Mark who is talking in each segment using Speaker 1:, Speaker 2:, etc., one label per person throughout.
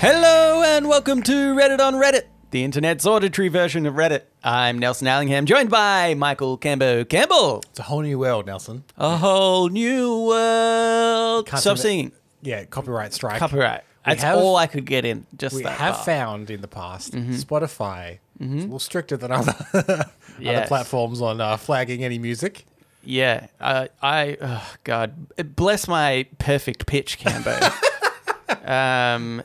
Speaker 1: Hello and welcome to Reddit on Reddit, the internet's auditory version of Reddit. I'm Nelson Allingham, joined by Michael Cambo Campbell.
Speaker 2: It's a whole new world, Nelson.
Speaker 1: A whole new world.
Speaker 2: Can't
Speaker 1: Stop
Speaker 2: say that-
Speaker 1: singing.
Speaker 2: Yeah, copyright strike.
Speaker 1: Copyright.
Speaker 2: We
Speaker 1: That's
Speaker 2: have-
Speaker 1: all I could get in. Just
Speaker 2: We
Speaker 1: that
Speaker 2: have
Speaker 1: far.
Speaker 2: found in the past
Speaker 1: Mm-hmm.
Speaker 2: Spotify is a little stricter than other other
Speaker 1: Yes.
Speaker 2: platforms on uh, flagging any music.
Speaker 1: Yeah. Uh, I. Oh God. Bless my perfect pitch, Cambo. um,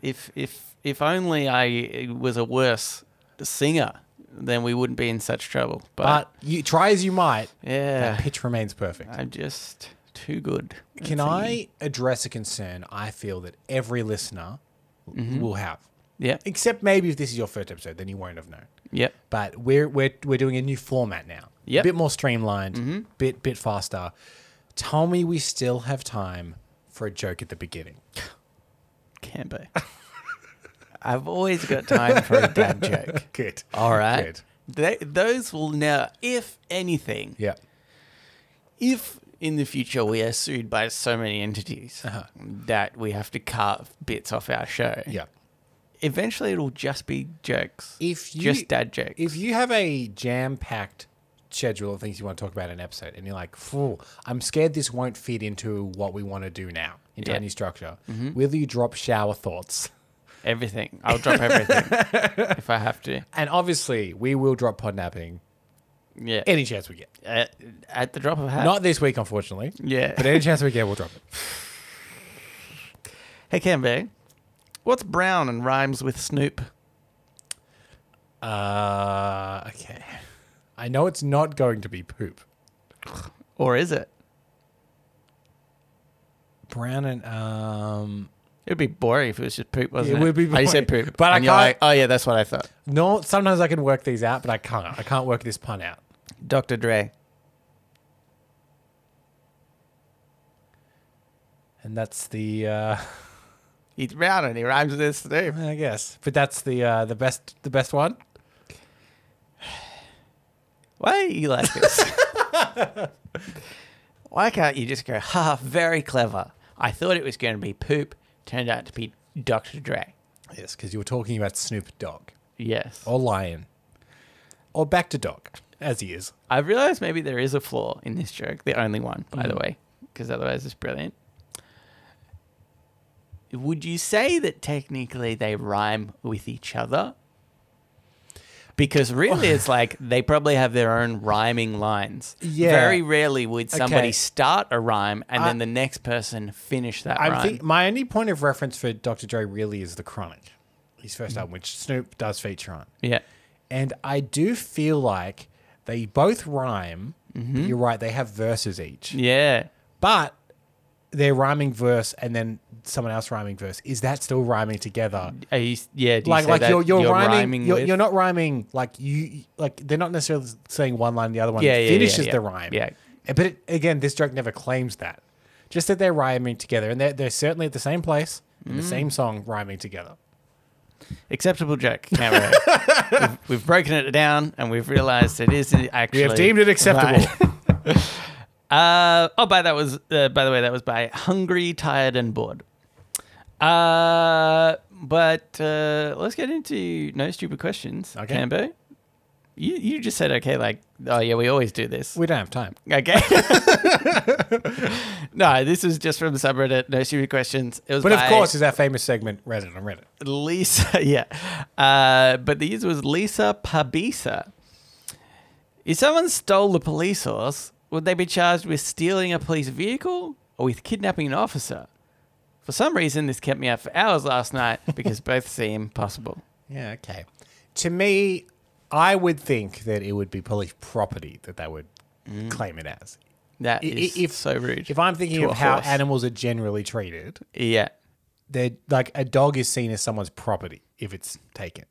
Speaker 1: if if if only I was a worse singer, then we wouldn't be in such trouble. But,
Speaker 2: But you try as you might,
Speaker 1: yeah,
Speaker 2: that pitch remains perfect.
Speaker 1: I'm just too good.
Speaker 2: Can
Speaker 1: for you.
Speaker 2: I address a concern I feel that every listener
Speaker 1: Mm-hmm.
Speaker 2: will have?
Speaker 1: Yep.
Speaker 2: Except maybe if this is your first episode, then you won't have known.
Speaker 1: Yep.
Speaker 2: but we're we're we're doing a new format now.
Speaker 1: Yep. Mm-hmm.
Speaker 2: A bit more streamlined, bit bit faster. Tell me we still have time for a joke at the beginning.
Speaker 1: Can be. I've always got time for a dad joke.
Speaker 2: Good.
Speaker 1: All right.
Speaker 2: Good.
Speaker 1: They, those will now, if anything,
Speaker 2: Yeah.
Speaker 1: if in the future we are sued by so many entities
Speaker 2: Uh-huh.
Speaker 1: that we have to carve bits off our show,
Speaker 2: Yeah.
Speaker 1: eventually it'll just be jokes.
Speaker 2: If you
Speaker 1: just dad jokes.
Speaker 2: If you have a jam-packed schedule of things you want to talk about in an episode and you're like, "Phew, I'm scared this won't fit into what we want to do now, into
Speaker 1: Yeah.
Speaker 2: our new structure." Will you drop shower thoughts?
Speaker 1: everything. I'll drop everything if I have to.
Speaker 2: And obviously, we will drop podnapping
Speaker 1: Yeah.
Speaker 2: any chance we get.
Speaker 1: at, at the drop of a hat.
Speaker 2: Not this week, unfortunately.
Speaker 1: yeah.
Speaker 2: But any chance we get, we'll drop it.
Speaker 1: hey, Canbe, what's brown and rhymes with Snoop?
Speaker 2: Uh, okay. I know it's not going to be poop.
Speaker 1: Or is it?
Speaker 2: Brown and um,
Speaker 1: It'd be boring if it was just poop, wasn't it?
Speaker 2: It would be
Speaker 1: I said
Speaker 2: boring.
Speaker 1: poop,
Speaker 2: But I
Speaker 1: and you're
Speaker 2: can't-
Speaker 1: like, oh yeah, that's what I thought.
Speaker 2: no. Sometimes I can work these out, but I can't. I can't work this pun out.
Speaker 1: Dr. Dre.
Speaker 2: And that's the uh,
Speaker 1: He's brown and he rhymes with this Snoop.
Speaker 2: I guess. But that's the uh, the best the best one.
Speaker 1: Why are you like this? Why can't you just go, ha, very clever. I thought it was going to be poop. Turned out to be Dr. Dre.
Speaker 2: Yes, because you were talking about Snoop Dogg
Speaker 1: Yes.
Speaker 2: or Lion or back to Dog as he is.
Speaker 1: I realized maybe there is a flaw in this joke, the only one, by
Speaker 2: Mm.
Speaker 1: the way, because otherwise it's brilliant. Would you say that technically they rhyme with each other? Because really, it's like they probably have their own rhyming lines.
Speaker 2: Yeah.
Speaker 1: Very rarely would somebody
Speaker 2: Okay.
Speaker 1: start a rhyme and
Speaker 2: I-
Speaker 1: then the next person finish that
Speaker 2: I
Speaker 1: rhyme.
Speaker 2: think my only point of reference for Dr. Dre really is the Chronic, his first album, which Snoop does feature on.
Speaker 1: yeah.
Speaker 2: And I do feel like they both rhyme. But you're right, they have verses each.
Speaker 1: Yeah.
Speaker 2: But their rhyming verse and then someone else rhyming verse, is that still rhyming together?
Speaker 1: Are you, yeah. Do you
Speaker 2: like
Speaker 1: say
Speaker 2: like
Speaker 1: that
Speaker 2: you're, you're, rhyming, you're,
Speaker 1: with-
Speaker 2: you're not rhyming like you like they're not necessarily saying one line the other one
Speaker 1: Yeah, yeah, yeah,
Speaker 2: finishes
Speaker 1: yeah.
Speaker 2: the rhyme. Eh,
Speaker 1: Yeah.
Speaker 2: But it, again, this joke never claims that. Just that they're rhyming together and they're, they're certainly at the same place in
Speaker 1: Mm.
Speaker 2: the same song rhyming together.
Speaker 1: acceptable joke. Camera. we've, we've broken it down and we've realized it is actually.
Speaker 2: We have deemed it acceptable.
Speaker 1: Right. Uh, oh, by that was uh, by the way, that was by hungry, tired, and bored. Uh, but uh, let's get into no stupid questions.
Speaker 2: Okay.
Speaker 1: Cambo, you you just said okay, like oh yeah, we always do this.
Speaker 2: We don't have time.
Speaker 1: okay. no, this is just from the subreddit. No stupid questions. It was
Speaker 2: But
Speaker 1: by-
Speaker 2: of course, is our famous segment Reddit on Reddit.
Speaker 1: Lisa, yeah. Uh, but the user was Lisa Pabisa. If someone stole the police horse, would they be charged with stealing a police vehicle or with kidnapping an officer? For some reason, this kept me up for hours last night because both seem possible.
Speaker 2: Yeah, okay. To me, I would think that it would be police property that they would claim it as.
Speaker 1: That
Speaker 2: I- i-
Speaker 1: Mm. is
Speaker 2: if-
Speaker 1: so rude.
Speaker 2: If I'm thinking
Speaker 1: to a
Speaker 2: of how
Speaker 1: horse.
Speaker 2: animals are generally treated,
Speaker 1: yeah.
Speaker 2: they're like a dog is seen as someone's property if it's taken.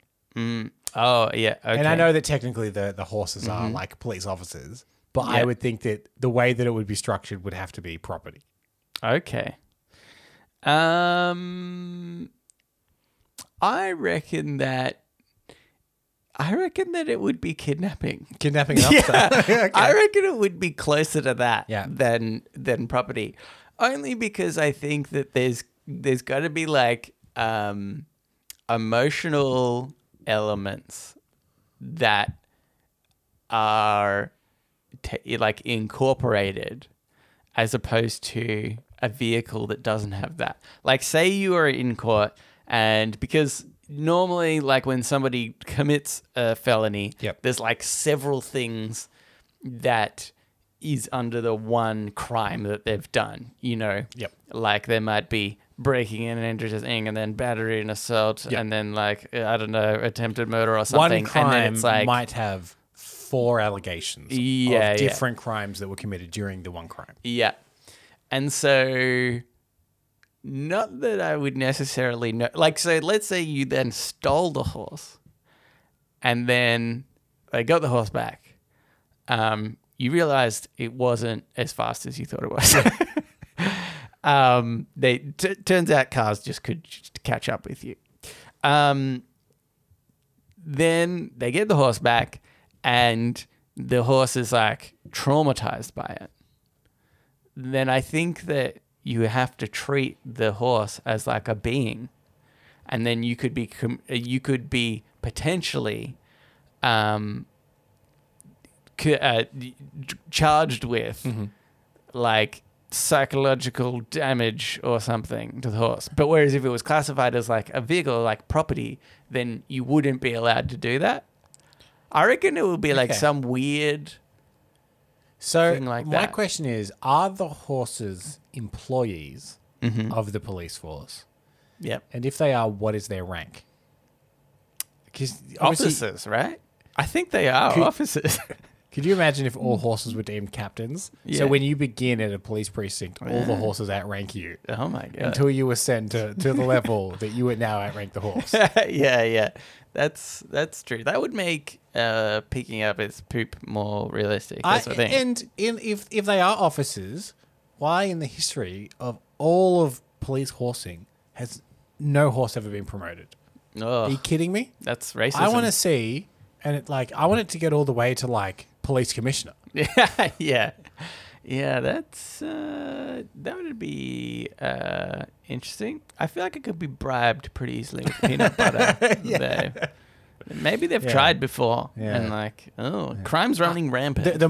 Speaker 1: Oh, yeah. Okay.
Speaker 2: And I know that technically the, the horses are like police officers, but
Speaker 1: Yeah.
Speaker 2: I would think that the way that it would be structured would have to be property.
Speaker 1: Okay. Um, I reckon that I reckon that it would be kidnapping.
Speaker 2: Kidnapping an upstart.
Speaker 1: Yeah,
Speaker 2: Okay.
Speaker 1: I reckon it would be closer to that
Speaker 2: Yeah.
Speaker 1: than than property, only because I think that there's there's got to be like um, emotional elements that are t- like incorporated as opposed to a vehicle that doesn't have that. Like, say you are in court, and because normally, like when somebody commits a felony,
Speaker 2: Yep.
Speaker 1: there's like several things that is under the one crime that they've done, you know?
Speaker 2: Yep.
Speaker 1: Like, there might be breaking in and entering and then battery and assault
Speaker 2: Yep.
Speaker 1: and then like I don't know attempted murder or something
Speaker 2: One
Speaker 1: and
Speaker 2: crime
Speaker 1: then it's like
Speaker 2: might have four allegations
Speaker 1: Yeah, yeah.
Speaker 2: of different crimes that were committed during the one crime.
Speaker 1: Yeah. And so not that I would necessarily know like so let's say you then stole the horse and then they got the horse back. Um you realized it wasn't as fast as you thought it was. um they t- turns out cars just could just catch up with you. Um then they get the horse back and the horse is like traumatized by it then I think that you have to treat the horse as like a being, and then you could be com- you could be potentially um, c- uh, d- charged with like psychological damage or something to the horse. But whereas if it was classified as like a vehicle, like property, then you wouldn't be allowed to do that. I reckon it would be like
Speaker 2: Okay.
Speaker 1: some weird.
Speaker 2: So
Speaker 1: thing like
Speaker 2: my
Speaker 1: that.
Speaker 2: question is: Are the horses employees
Speaker 1: Mm-hmm.
Speaker 2: of the police force?
Speaker 1: Yep.
Speaker 2: And if they are, what is their rank? Because
Speaker 1: officers, right? I think they are
Speaker 2: Could-
Speaker 1: officers.
Speaker 2: Could you imagine if all horses were deemed captains?
Speaker 1: Yeah.
Speaker 2: So when you begin at a police precinct, all the horses outrank you
Speaker 1: oh my god!
Speaker 2: until you ascend to, to the level that you would now outrank the horse.
Speaker 1: yeah, yeah, that's that's true. That would make uh, picking up its poop more realistic. That's
Speaker 2: I-
Speaker 1: the thing.
Speaker 2: And in, if if they are officers, why in the history of all of police horsing has no horse ever been promoted? Are you
Speaker 1: oh,
Speaker 2: kidding me?
Speaker 1: that's racist.
Speaker 2: I want to see, and it, like I want it to get all the way to like police commissioner.
Speaker 1: Yeah, yeah, yeah. That's uh, that would be uh, interesting. I feel like it could be bribed pretty easily with peanut butter. though. Maybe they've
Speaker 2: Yeah.
Speaker 1: tried before,
Speaker 2: Yeah.
Speaker 1: and like, oh, crime's running rampant.
Speaker 2: The, the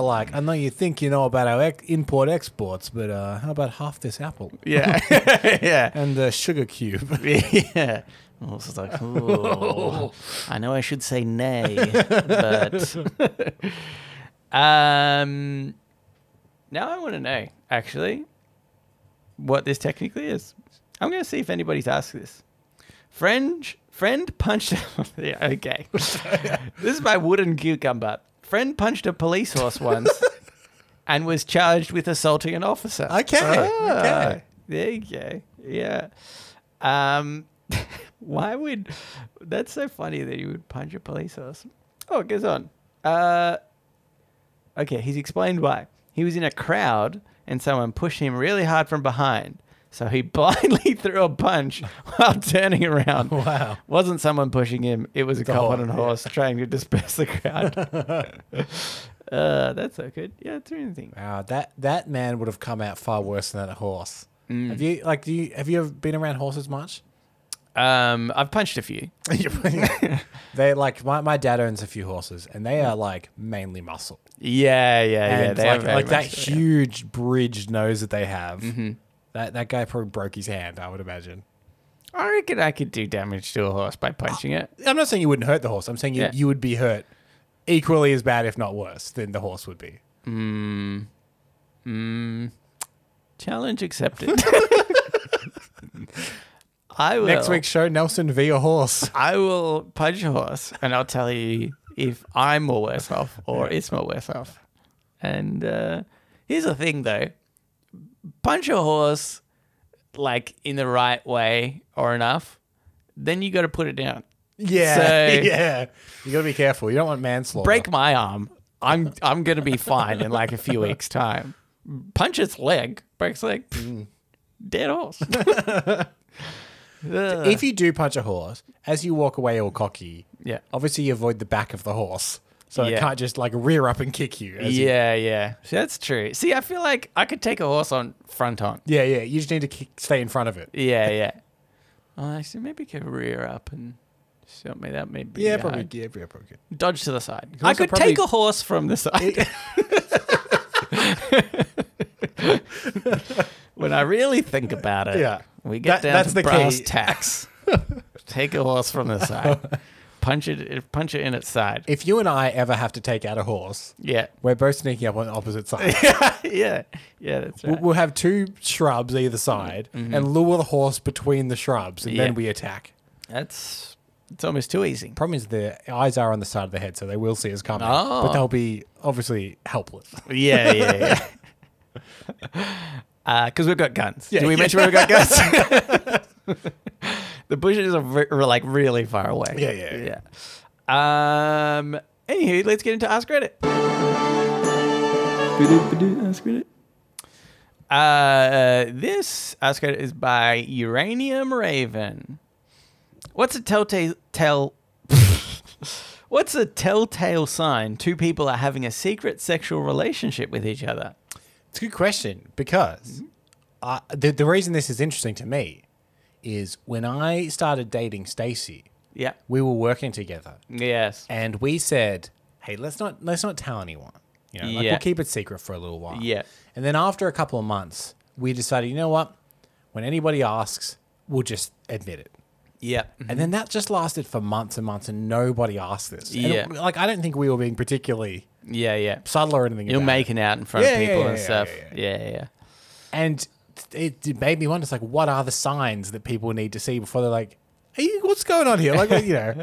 Speaker 2: like I know you think you know about our ex- import exports, but uh, how about half this apple
Speaker 1: yeah, yeah.
Speaker 2: and the sugar cube?
Speaker 1: yeah. I was like, "Ooh, I know I should say nay, but um, now I want to know actually what this technically is. I'm going to see if anybody's asked this. Friend, friend punched. yeah, okay. this is my wooden cucumber. Friend punched a police horse once and was charged with assaulting an officer.
Speaker 2: Okay,
Speaker 1: Ah,
Speaker 2: okay.
Speaker 1: There you go. Yeah. Um, why would that's so funny that you would punch a police horse? Oh, it goes on. Uh, okay, he's explained why. He was in a crowd and someone pushed him really hard from behind. So he blindly threw a punch while turning around.
Speaker 2: Wow.
Speaker 1: Wasn't someone pushing him, it was a
Speaker 2: The
Speaker 1: cop
Speaker 2: horse,
Speaker 1: on a
Speaker 2: yeah.
Speaker 1: horse trying to disperse the crowd. uh, that's so good. Yeah, it's really interesting.
Speaker 2: Wow, that that man would have come out far worse than that horse.
Speaker 1: Mm.
Speaker 2: Have you like do you have you ever been around horses much?
Speaker 1: Um, I've punched a few.
Speaker 2: they like my, my dad owns a few horses and they are like mainly muscle.
Speaker 1: Yeah, yeah, Oh, yeah.
Speaker 2: And
Speaker 1: They are
Speaker 2: like,
Speaker 1: very
Speaker 2: like that
Speaker 1: much so, yeah. Mm-hmm.
Speaker 2: huge bridged nose that they have. That that guy probably broke his hand, I would imagine.
Speaker 1: I reckon I could do damage to a horse by punching it.
Speaker 2: I'm not saying you wouldn't hurt the horse. I'm saying you,
Speaker 1: Yeah.
Speaker 2: you would be hurt equally as bad, if not worse, than the horse would be.
Speaker 1: Challenge accepted. I will.
Speaker 2: Next week's show, Nelson v a horse.
Speaker 1: I will punch a horse, and I'll tell you if I'm more worse off or it's more worse off. And uh, here's the thing, though: punch a horse like in the right way or enough, then you got to put it down.
Speaker 2: Yeah,
Speaker 1: So-
Speaker 2: yeah. You gotta be careful. You don't want manslaughter.
Speaker 1: Break my arm. I'm I'm gonna be fine in like a few weeks' time. Punch its leg, breaks leg, pff, dead horse. Ugh.
Speaker 2: If you do punch a horse, as you walk away all cocky,
Speaker 1: Yeah.
Speaker 2: obviously you avoid the back of the horse. So it
Speaker 1: Yeah.
Speaker 2: can't just like rear up and kick you. as you-
Speaker 1: yeah, yeah. See, that's true. See, I feel like I could take a horse on front on.
Speaker 2: yeah, yeah. You just need to kick, stay in front of it.
Speaker 1: Yeah, yeah. Oh, actually, maybe could rear up and shoot me. That may be
Speaker 2: Yeah,
Speaker 1: hard.
Speaker 2: probably. Yeah, yeah, probably. Good.
Speaker 1: dodge to the side.
Speaker 2: could
Speaker 1: I
Speaker 2: also
Speaker 1: could take
Speaker 2: probably-
Speaker 1: a horse from the side. when I really think about it,
Speaker 2: Yeah.
Speaker 1: we get
Speaker 2: That-
Speaker 1: down
Speaker 2: that's
Speaker 1: to
Speaker 2: the
Speaker 1: brass
Speaker 2: key.
Speaker 1: tacks. take a horse from the side. Punch it. Punch it in its side.
Speaker 2: If you and I ever have to take out a horse,
Speaker 1: Yeah.
Speaker 2: we're both sneaking up on the opposite sides.
Speaker 1: yeah. Yeah. That's
Speaker 2: We'll-
Speaker 1: right.
Speaker 2: We'll have two shrubs either side and lure the horse between the shrubs and
Speaker 1: Mm-hmm. Yeah.
Speaker 2: then we attack.
Speaker 1: That's. It's almost too easy.
Speaker 2: Problem is, the eyes are on the side of the head, so they will see us coming.
Speaker 1: Oh.
Speaker 2: But they'll be obviously helpless.
Speaker 1: Yeah. Yeah. Yeah. Because Uh, we've got guns.
Speaker 2: Yeah,
Speaker 1: Did we
Speaker 2: yeah.
Speaker 1: mention we've got guns? the bushes are, re- are like really far away.
Speaker 2: Yeah, yeah, yeah.
Speaker 1: Yeah. Um. Anywho, let's get into Ask Reddit. Ask Reddit. Uh, this Ask Reddit is by Uranium Raven. What's a telltale tell? What's a telltale sign two people are having a secret sexual relationship with each other?
Speaker 2: It's a good question
Speaker 1: Mm-hmm.
Speaker 2: because I, the, the reason this is interesting to me is when I started dating Stacy,
Speaker 1: Yeah.
Speaker 2: we were working together
Speaker 1: Yes.
Speaker 2: and we said, "Hey, let's not let's not tell anyone. You know, like
Speaker 1: Yeah.
Speaker 2: we'll keep it secret for a little while."
Speaker 1: Yeah.
Speaker 2: And then after a couple of months, we decided, you know what? When anybody asks, we'll just admit it.
Speaker 1: Yeah.
Speaker 2: And then that just lasted for months and months, and nobody asked this. And
Speaker 1: Yeah.
Speaker 2: it- like I don't think we were being particularly
Speaker 1: Yeah. Yeah.
Speaker 2: subtle or anything.
Speaker 1: You're
Speaker 2: about it.
Speaker 1: making out in front
Speaker 2: Yeah,
Speaker 1: of
Speaker 2: yeah,
Speaker 1: people
Speaker 2: yeah,
Speaker 1: and
Speaker 2: yeah,
Speaker 1: stuff.
Speaker 2: yeah,
Speaker 1: Yeah. Yeah. yeah.
Speaker 2: and it, it made me wonder. It's like, what are the signs that people need to see before they're like, "Are you? What's going on here?" Like, you know,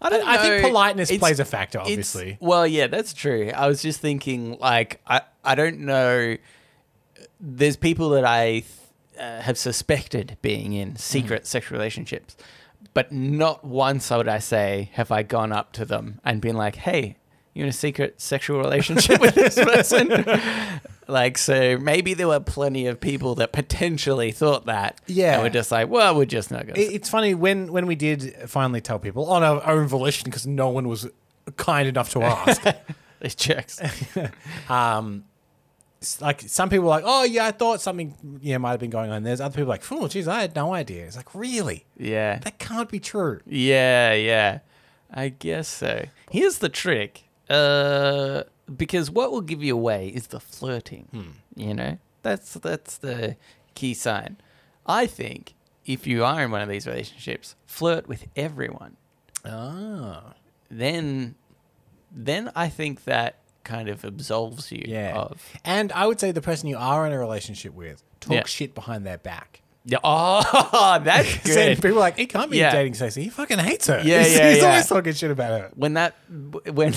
Speaker 2: I
Speaker 1: don't
Speaker 2: I think
Speaker 1: know.
Speaker 2: politeness
Speaker 1: It's-
Speaker 2: plays a factor,
Speaker 1: It's-
Speaker 2: obviously.
Speaker 1: Well, yeah, that's true. I was just thinking, like, I, I don't know. There's people that I uh, have suspected being in
Speaker 2: Mm-hmm.
Speaker 1: secret sexual relationships, but not once would I say have I gone up to them and been like, hey, you're in a secret sexual relationship with this person. like, so maybe there were plenty of people that potentially thought that.
Speaker 2: Yeah.
Speaker 1: And were just like, well, we're just not going
Speaker 2: It- It's funny when when we did finally tell people on our own volition because no one was kind enough to ask. um,
Speaker 1: These chicks.
Speaker 2: s- like some people were like, "Oh yeah, I thought something yeah might have been going on." There's other people like, "Oh, geez, I had no idea." It's like, really,
Speaker 1: Yeah.
Speaker 2: that can't be true.
Speaker 1: Yeah, yeah. I guess so. Here's the trick. Uh because what will give you away is the flirting. You know? That's that's the key sign. I think if you are in one of these relationships, flirt with everyone.
Speaker 2: Ah,
Speaker 1: Then then I think that kind of absolves you
Speaker 2: yeah.
Speaker 1: of
Speaker 2: And I would say the person you are in a relationship with talk
Speaker 1: Yeah.
Speaker 2: shit behind their back.
Speaker 1: Yeah. Oh that's
Speaker 2: Saying-
Speaker 1: good.
Speaker 2: people are like, he can't be
Speaker 1: Yeah.
Speaker 2: dating Stacey. He fucking hates her.
Speaker 1: Yeah,
Speaker 2: he's,
Speaker 1: yeah,
Speaker 2: he's
Speaker 1: yeah.
Speaker 2: always talking shit about her.
Speaker 1: when that when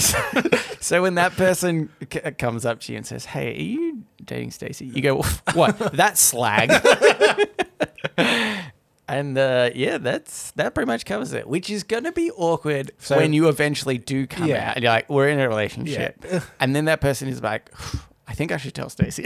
Speaker 1: so when that person c- comes up to you and says, "Hey, are you dating Stacy?" You go, "What? that slag." and uh, yeah, that's that pretty much covers it. Which is going to be awkward
Speaker 2: So-
Speaker 1: when you eventually do come
Speaker 2: Yeah.
Speaker 1: out. And you're like, "We're in a relationship," and then that person is like, "I think I should tell Stacy."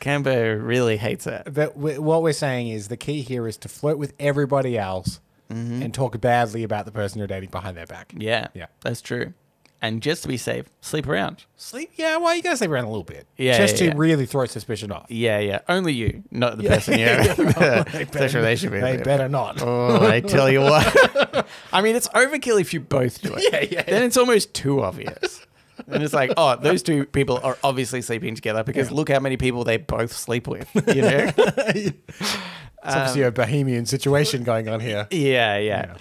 Speaker 1: Camber really hates it.
Speaker 2: But we, what we're saying is the key here is to flirt with everybody else
Speaker 1: Mm-hmm.
Speaker 2: and talk badly about the person you're dating behind their back.
Speaker 1: Yeah,
Speaker 2: Yeah.
Speaker 1: that's true. And just to be safe, sleep around.
Speaker 2: Sleep? Yeah, well, you gotta sleep around a little bit.
Speaker 1: Yeah,
Speaker 2: Just
Speaker 1: yeah,
Speaker 2: to
Speaker 1: yeah.
Speaker 2: really throw suspicion off.
Speaker 1: Yeah, yeah. Only you, not the person you have
Speaker 2: They better-
Speaker 1: sexual relationship
Speaker 2: They
Speaker 1: with.
Speaker 2: better not.
Speaker 1: Oh, I tell you what. I mean, it's overkill if you both do it.
Speaker 2: Yeah, yeah,
Speaker 1: Then it's almost too obvious. and it's like, oh, those two people are obviously sleeping together because look how many people they both sleep with. You know? Um,
Speaker 2: It's obviously a bohemian situation going on here.
Speaker 1: yeah, yeah.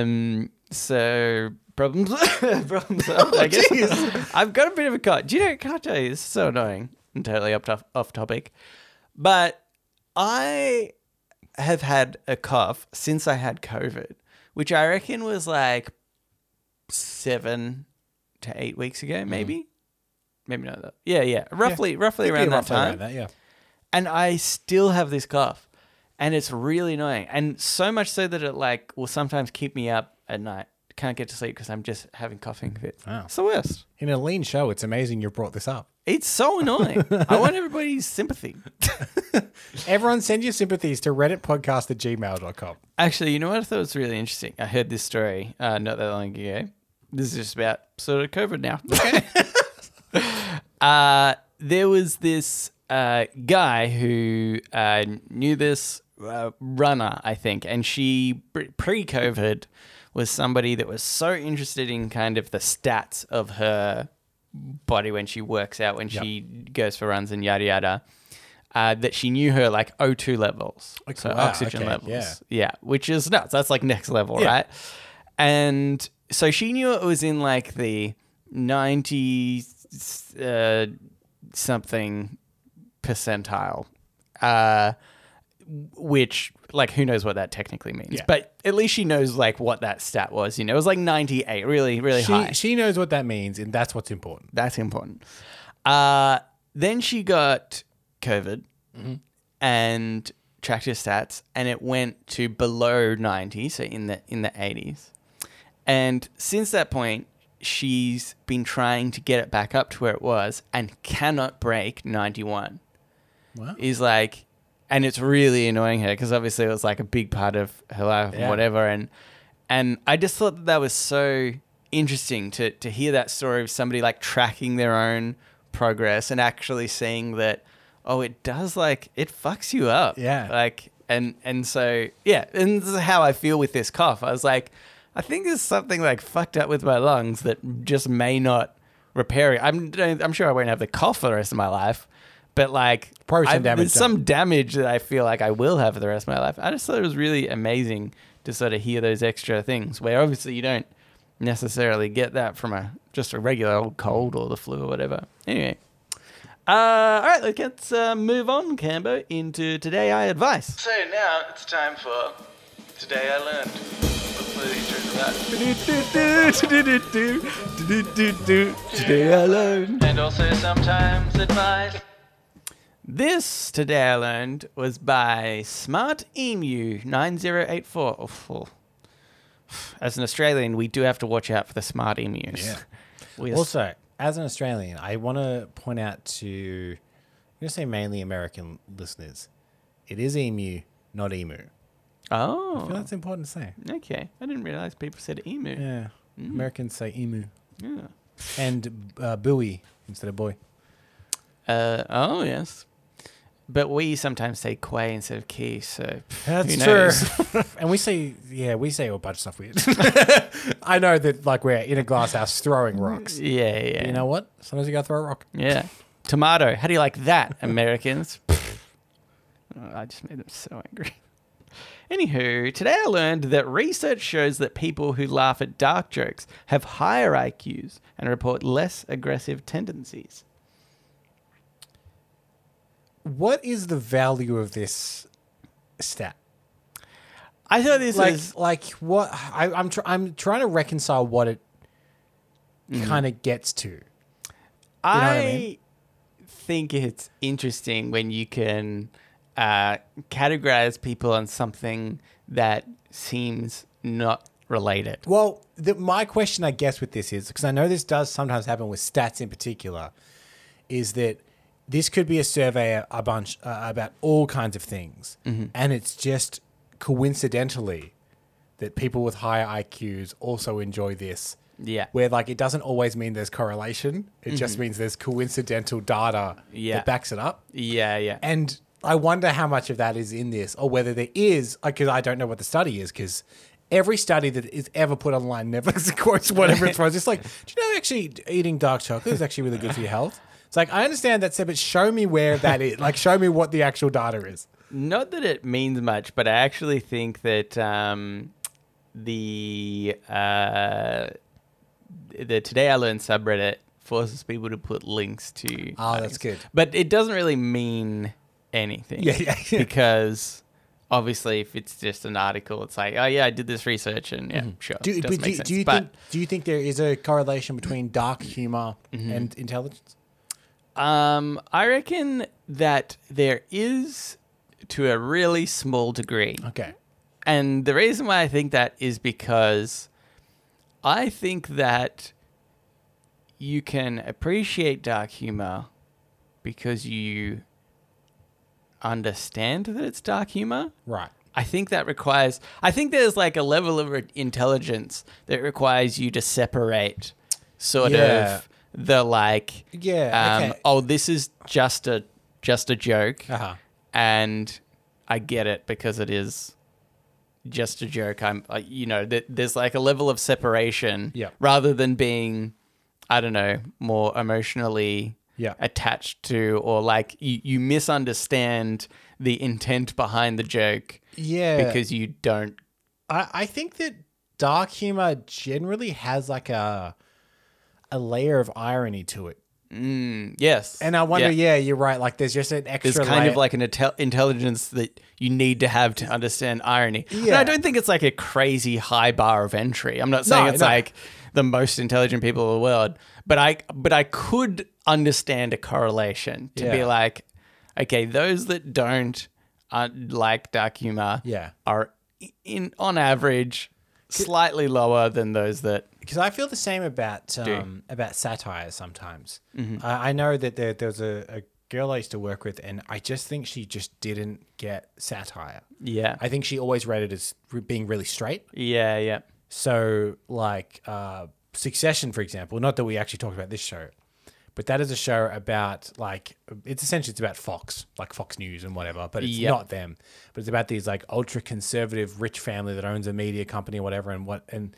Speaker 1: Um. So problems, problems. solved, I guess I've got a bit of a cut. Do you know? Can I tell you? This is so annoying and totally up to, off topic, but I have had a cough since I had COVID, which I reckon was like seven to eight weeks ago, maybe. Maybe not that. Yeah, yeah. Roughly, roughly around
Speaker 2: Yeah,
Speaker 1: that
Speaker 2: roughly
Speaker 1: time
Speaker 2: around that, yeah.
Speaker 1: and I still have this cough, and it's really annoying, and so much so that it like will sometimes keep me up at night. Can't get to sleep because I'm just having coughing fits.
Speaker 2: Wow.
Speaker 1: It's the worst.
Speaker 2: In a lean show, it's amazing you brought this up.
Speaker 1: It's so annoying. I want everybody's sympathy.
Speaker 2: Everyone send your sympathies to redditpodcast at gmail.com.
Speaker 1: Actually, you know what I thought was really interesting? I heard this story uh, not that long ago. This is just about sort of COVID now. uh, there was this uh, guy who uh, knew this uh, runner, I think, and she pre COVID was somebody that was so interested in kind of the stats of her body when she works out, when she goes for runs and yada yada. Uh, that she knew her like O2 levels, so
Speaker 2: wow,
Speaker 1: oxygen
Speaker 2: okay,
Speaker 1: levels.
Speaker 2: yeah.
Speaker 1: Yeah, which is nuts. That's like next level,
Speaker 2: Yeah.
Speaker 1: right? And so she knew it was in like the 90 uh, something percentile, uh, which, like, who knows what that technically means.
Speaker 2: Yeah.
Speaker 1: But at least she knows, like, what that stat was. You know, it was like 98, really, really high.
Speaker 2: She, she knows what that means, and that's what's important.
Speaker 1: That's important. Uh, then she got COVID and tracked her stats, and it went to below ninety, so in the in the eighties. And since that point, she's been trying to get it back up to where it was, and cannot break ninety one.
Speaker 2: Wow.
Speaker 1: Uh-huh. Is like, and it's really annoying her because obviously it was like a big part of her life and
Speaker 2: Yeah.
Speaker 1: whatever. And and I just thought that, that was so interesting to to hear that story of somebody like tracking their own progress and actually seeing that oh it does like it fucks you up
Speaker 2: Yeah.
Speaker 1: like and and so yeah and this is how I feel with this cough I was like I think there's something like fucked up with my lungs that just may not repair it I'm I'm sure I won't have the cough for the rest of my life but like
Speaker 2: Probably some
Speaker 1: I've-
Speaker 2: damage
Speaker 1: there's
Speaker 2: done.
Speaker 1: some damage that I feel like I will have for the rest of my life. I just thought it was really amazing to sort of hear those extra things where obviously you don't necessarily get that from a just a regular old cold or the flu or whatever. Anyway. Uh, all right, let's uh, move on, Cambo, into Today I Advice.
Speaker 3: So now it's time for Today I Learned. Hopefully you turn to that.
Speaker 1: Today I learned.
Speaker 3: And also sometimes advice.
Speaker 1: This Today I Learned was by Smart Emu 9084. Oh, phew. As an Australian, we do have to watch out for the smart emus.
Speaker 2: Yeah.
Speaker 1: We are
Speaker 2: Also, as an Australian, I want to point out to, I'm going to say mainly American listeners, it is emu, not emu. I feel
Speaker 1: Oh,
Speaker 2: that's important to say.
Speaker 1: okay. I didn't realize people said emu. Yeah. Mm-hmm.
Speaker 2: Yeah. Americans say emu and uh, buoy instead of boy.
Speaker 1: Uh, oh, yes. But we sometimes say quay instead of key, so pff,
Speaker 2: That's
Speaker 1: who knows?
Speaker 2: true. and we say, yeah, we say a bunch of stuff weird. I know that, like, we're in a glass house throwing rocks.
Speaker 1: yeah, Mm, yeah.
Speaker 2: You know what? Sometimes you gotta throw a rock.
Speaker 1: Yeah. Tomato. How do you like that, Americans? Pfft. Oh, I just made them so angry. Anywho, today I learned that research shows that people who laugh at dark jokes have higher IQs and report less aggressive tendencies.
Speaker 2: What is the value of this stat?
Speaker 1: I thought this
Speaker 2: like,
Speaker 1: was
Speaker 2: like what? I, I'm tr- I'm trying to reconcile what it
Speaker 1: Mm-hmm.
Speaker 2: kind of gets to.
Speaker 1: I,
Speaker 2: what I mean?
Speaker 1: think it's interesting when you can uh, categorize people on something that seems not related.
Speaker 2: Well, the, my question, I guess, with this is because I know this does sometimes happen with stats in particular, is that this could be a survey a, a bunch uh, about all kinds of things,
Speaker 1: Mm-hmm.
Speaker 2: and it's just coincidentally that people with higher IQs also enjoy this.
Speaker 1: Yeah. Mm-hmm.
Speaker 2: Where like it doesn't always mean there's correlation; it just means there's coincidental data
Speaker 1: Yeah.
Speaker 2: that backs it up.
Speaker 1: Yeah, yeah.
Speaker 2: And I wonder how much of that is in this, or whether there is, because I don't know what the study is, because every study that is ever put online never quotes whatever it's was. It's like, do you know actually eating dark chocolate is actually really good for your health? It's like I understand that, but show me where that is. Like, show me what the actual data is.
Speaker 1: Not that it means much, but I actually think that um, the uh, the today I learned subreddit forces people to put links to.
Speaker 2: Ah,
Speaker 1: things.
Speaker 2: that's good.
Speaker 1: But it doesn't really mean anything.
Speaker 2: Yeah, yeah, yeah.
Speaker 1: Because obviously, if it's just an article, it's like, oh yeah, I did this research, and yeah, sure.
Speaker 2: Mm-hmm. Do,
Speaker 1: doesn't
Speaker 2: but
Speaker 1: make
Speaker 2: do,
Speaker 1: sense.
Speaker 2: do you
Speaker 1: But-
Speaker 2: think do you think there is a correlation between dark humor
Speaker 1: Mm-hmm.
Speaker 2: and intelligence?
Speaker 1: Um, I reckon that there is to a really small degree.
Speaker 2: Okay.
Speaker 1: And the reason why I think that is because I think that you can appreciate dark humor because you understand that it's dark humor.
Speaker 2: Right.
Speaker 1: I think that requires. I think there's like a level of re- intelligence that requires you to separate, sort
Speaker 2: Yeah.
Speaker 1: of the like.
Speaker 2: Yeah,
Speaker 1: Um,
Speaker 2: okay.
Speaker 1: Oh, this is just a just a joke,
Speaker 2: Uh-huh.
Speaker 1: and I get it because it is just a joke. I'm, uh, you know, th- there's like a level of separation,
Speaker 2: Yep.
Speaker 1: rather than being, I don't know, more emotionally
Speaker 2: Yeah.
Speaker 1: attached to or like you, you misunderstand the intent behind the joke
Speaker 2: Yeah.
Speaker 1: because you don't
Speaker 2: I, I think that dark humor generally has like a a layer of irony to it.
Speaker 1: yes
Speaker 2: And I wonder, yeah, you're right. Like there's just an extra
Speaker 1: there's kind
Speaker 2: layer.
Speaker 1: of like an intel- intelligence that you need to have to understand irony And
Speaker 2: Yeah.
Speaker 1: i don't think it's like a crazy high bar of entry i'm not saying
Speaker 2: No,
Speaker 1: it's
Speaker 2: no.
Speaker 1: like the most intelligent people in the world but i but i could understand a correlation to be
Speaker 2: Yeah.
Speaker 1: like okay those that don't uh, like dark humor
Speaker 2: Yeah.
Speaker 1: are in on average slightly lower than those that
Speaker 2: because I feel the same about um, about satire sometimes.
Speaker 1: Mm-hmm.
Speaker 2: I, I know that there, there was a, a girl I used to work with, and I just think she just didn't get satire.
Speaker 1: yeah
Speaker 2: I think she always read it as re- being really straight.
Speaker 1: yeah yeah
Speaker 2: So, like uh, Succession, for example, not that we actually talked about this show, but that is a show about like it's essentially it's about Fox, like Fox News and whatever, but it's
Speaker 1: Yep.
Speaker 2: not them. But it's about these like ultra conservative rich family that owns a media company, or whatever, and what and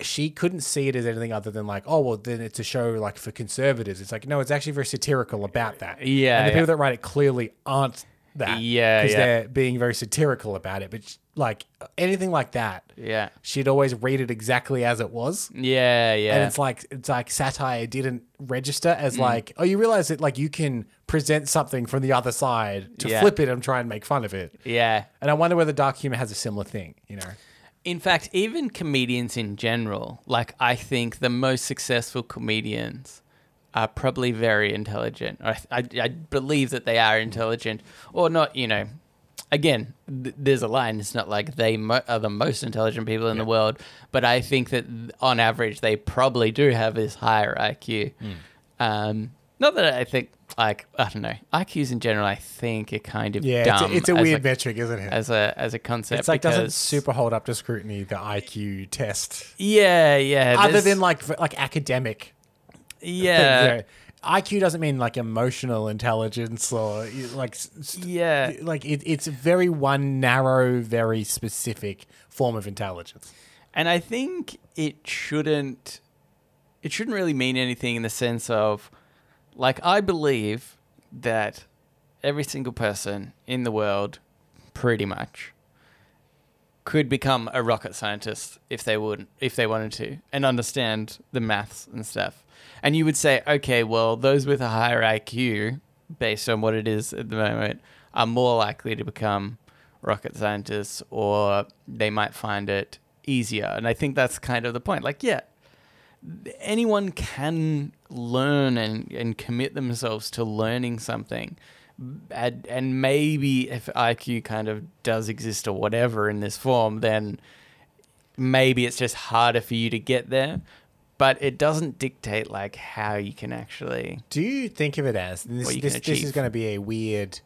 Speaker 2: she couldn't see it as anything other than like, oh well, then it's a show like for conservatives. It's like no, it's actually very satirical about that.
Speaker 1: Yeah,
Speaker 2: and the
Speaker 1: yeah.
Speaker 2: people that write it clearly aren't that.
Speaker 1: Yeah,
Speaker 2: because
Speaker 1: yeah.
Speaker 2: they're being very satirical about it. But sh- like anything like that,
Speaker 1: yeah
Speaker 2: she'd always read it exactly as it was.
Speaker 1: yeah yeah Mm.
Speaker 2: And it's like it's like satire didn't register as like oh you realize that like you can present something from the other side to
Speaker 1: Yeah.
Speaker 2: flip it and try and make fun of it.
Speaker 1: yeah
Speaker 2: And I wonder whether dark humor has a similar thing, you know.
Speaker 1: In fact, even comedians in general, like I think the most successful comedians are probably very intelligent. I, I, I believe that they are intelligent, or not, you know. Again, th- there's a line. It's not like they mo- are the most intelligent people in the world, but I think that th- on average, they probably do have this higher IQ.
Speaker 2: Hmm.
Speaker 1: Um, not that I think, like, I don't know. IQs in general, I think, are kind of
Speaker 2: Yeah,
Speaker 1: dumb.
Speaker 2: it's a, it's a
Speaker 1: as
Speaker 2: weird metric, isn't it?
Speaker 1: As a, as a concept.
Speaker 2: it's like doesn't
Speaker 1: because-
Speaker 2: super hold up to scrutiny the IQ test.
Speaker 1: Yeah, yeah.
Speaker 2: Other
Speaker 1: there's-
Speaker 2: than like for- like academic
Speaker 1: yeah,
Speaker 2: things, you know. IQ doesn't mean like emotional intelligence or you- like s- s-
Speaker 1: yeah.
Speaker 2: like it, it's very one narrow, very specific form of intelligence.
Speaker 1: And I think it shouldn't it shouldn't really mean anything in the sense of like I believe that every single person in the world pretty much could become a rocket scientist if they would if they wanted to and understand the maths and stuff. And you would say, okay, well, those with a higher IQ, based on what it is at the moment, are more likely to become rocket scientists or they might find it easier. And I think that's kind of the point. Like, yeah, anyone can learn and, and commit themselves to learning something. And, and maybe if IQ kind of does exist or whatever in this form, then maybe it's just harder for you to get there. But it doesn't dictate like how you can actually.
Speaker 2: Do you think of it as and
Speaker 1: What
Speaker 2: this?
Speaker 1: you can
Speaker 2: This, this is
Speaker 1: achieve.
Speaker 2: going to be a weird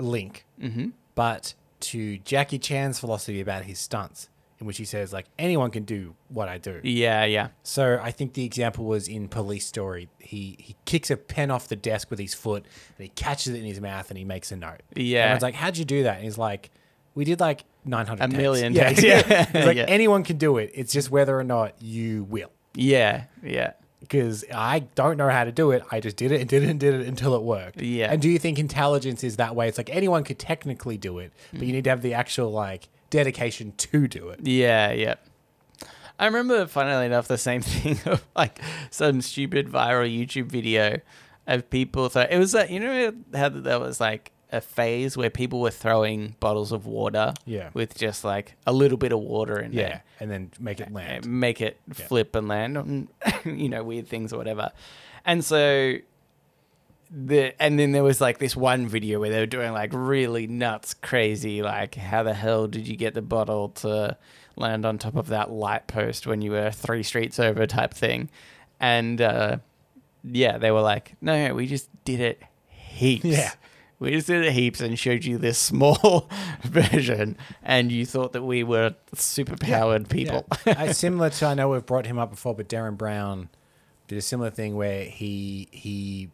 Speaker 2: link, mm-hmm. but to Jackie Chan's philosophy about his stunts, in which he says like anyone can do what I do.
Speaker 1: Yeah, yeah,
Speaker 2: So I think the example was in Police Story. He he kicks a pen off the desk with his foot, and he catches it in his mouth, and he makes a note.
Speaker 1: Yeah.
Speaker 2: everyone's like, "How'd you do that?" And he's like, "We did like 900
Speaker 1: A
Speaker 2: takes."
Speaker 1: million takes, yeah.
Speaker 2: He's like,
Speaker 1: Yeah.
Speaker 2: "Anyone can do it. It's just whether or not you will."
Speaker 1: yeah, yeah.
Speaker 2: Because I don't know how to do it. I just did it and did it and did it until it worked.
Speaker 1: Yeah.
Speaker 2: And do you think intelligence is that way? It's like anyone could technically do it, but
Speaker 1: Mm.
Speaker 2: you need to have the actual like dedication to do it.
Speaker 1: Yeah, yeah. I remember, funnily enough, the same thing of like some stupid viral YouTube video of people. Throw- it was that you know how there was like a phase where people were throwing bottles of water,
Speaker 2: Yeah.
Speaker 1: with just like a little bit of water in
Speaker 2: Yeah.
Speaker 1: there
Speaker 2: And then make it land.
Speaker 1: uh, make it flip and land on you know weird things or whatever and so the and then there was like this one video where they were doing like really nuts crazy like how the hell did you get the bottle to land on top of that light post when you were three streets over type thing and uh yeah, they were like, no, no, we just did it heaps.
Speaker 2: Yeah.
Speaker 1: We just did it heaps and showed you this small version, and you thought that we were super powered people.
Speaker 2: Yeah. Uh, similar to I know we've brought him up before, but Darren Brown did a similar thing where he he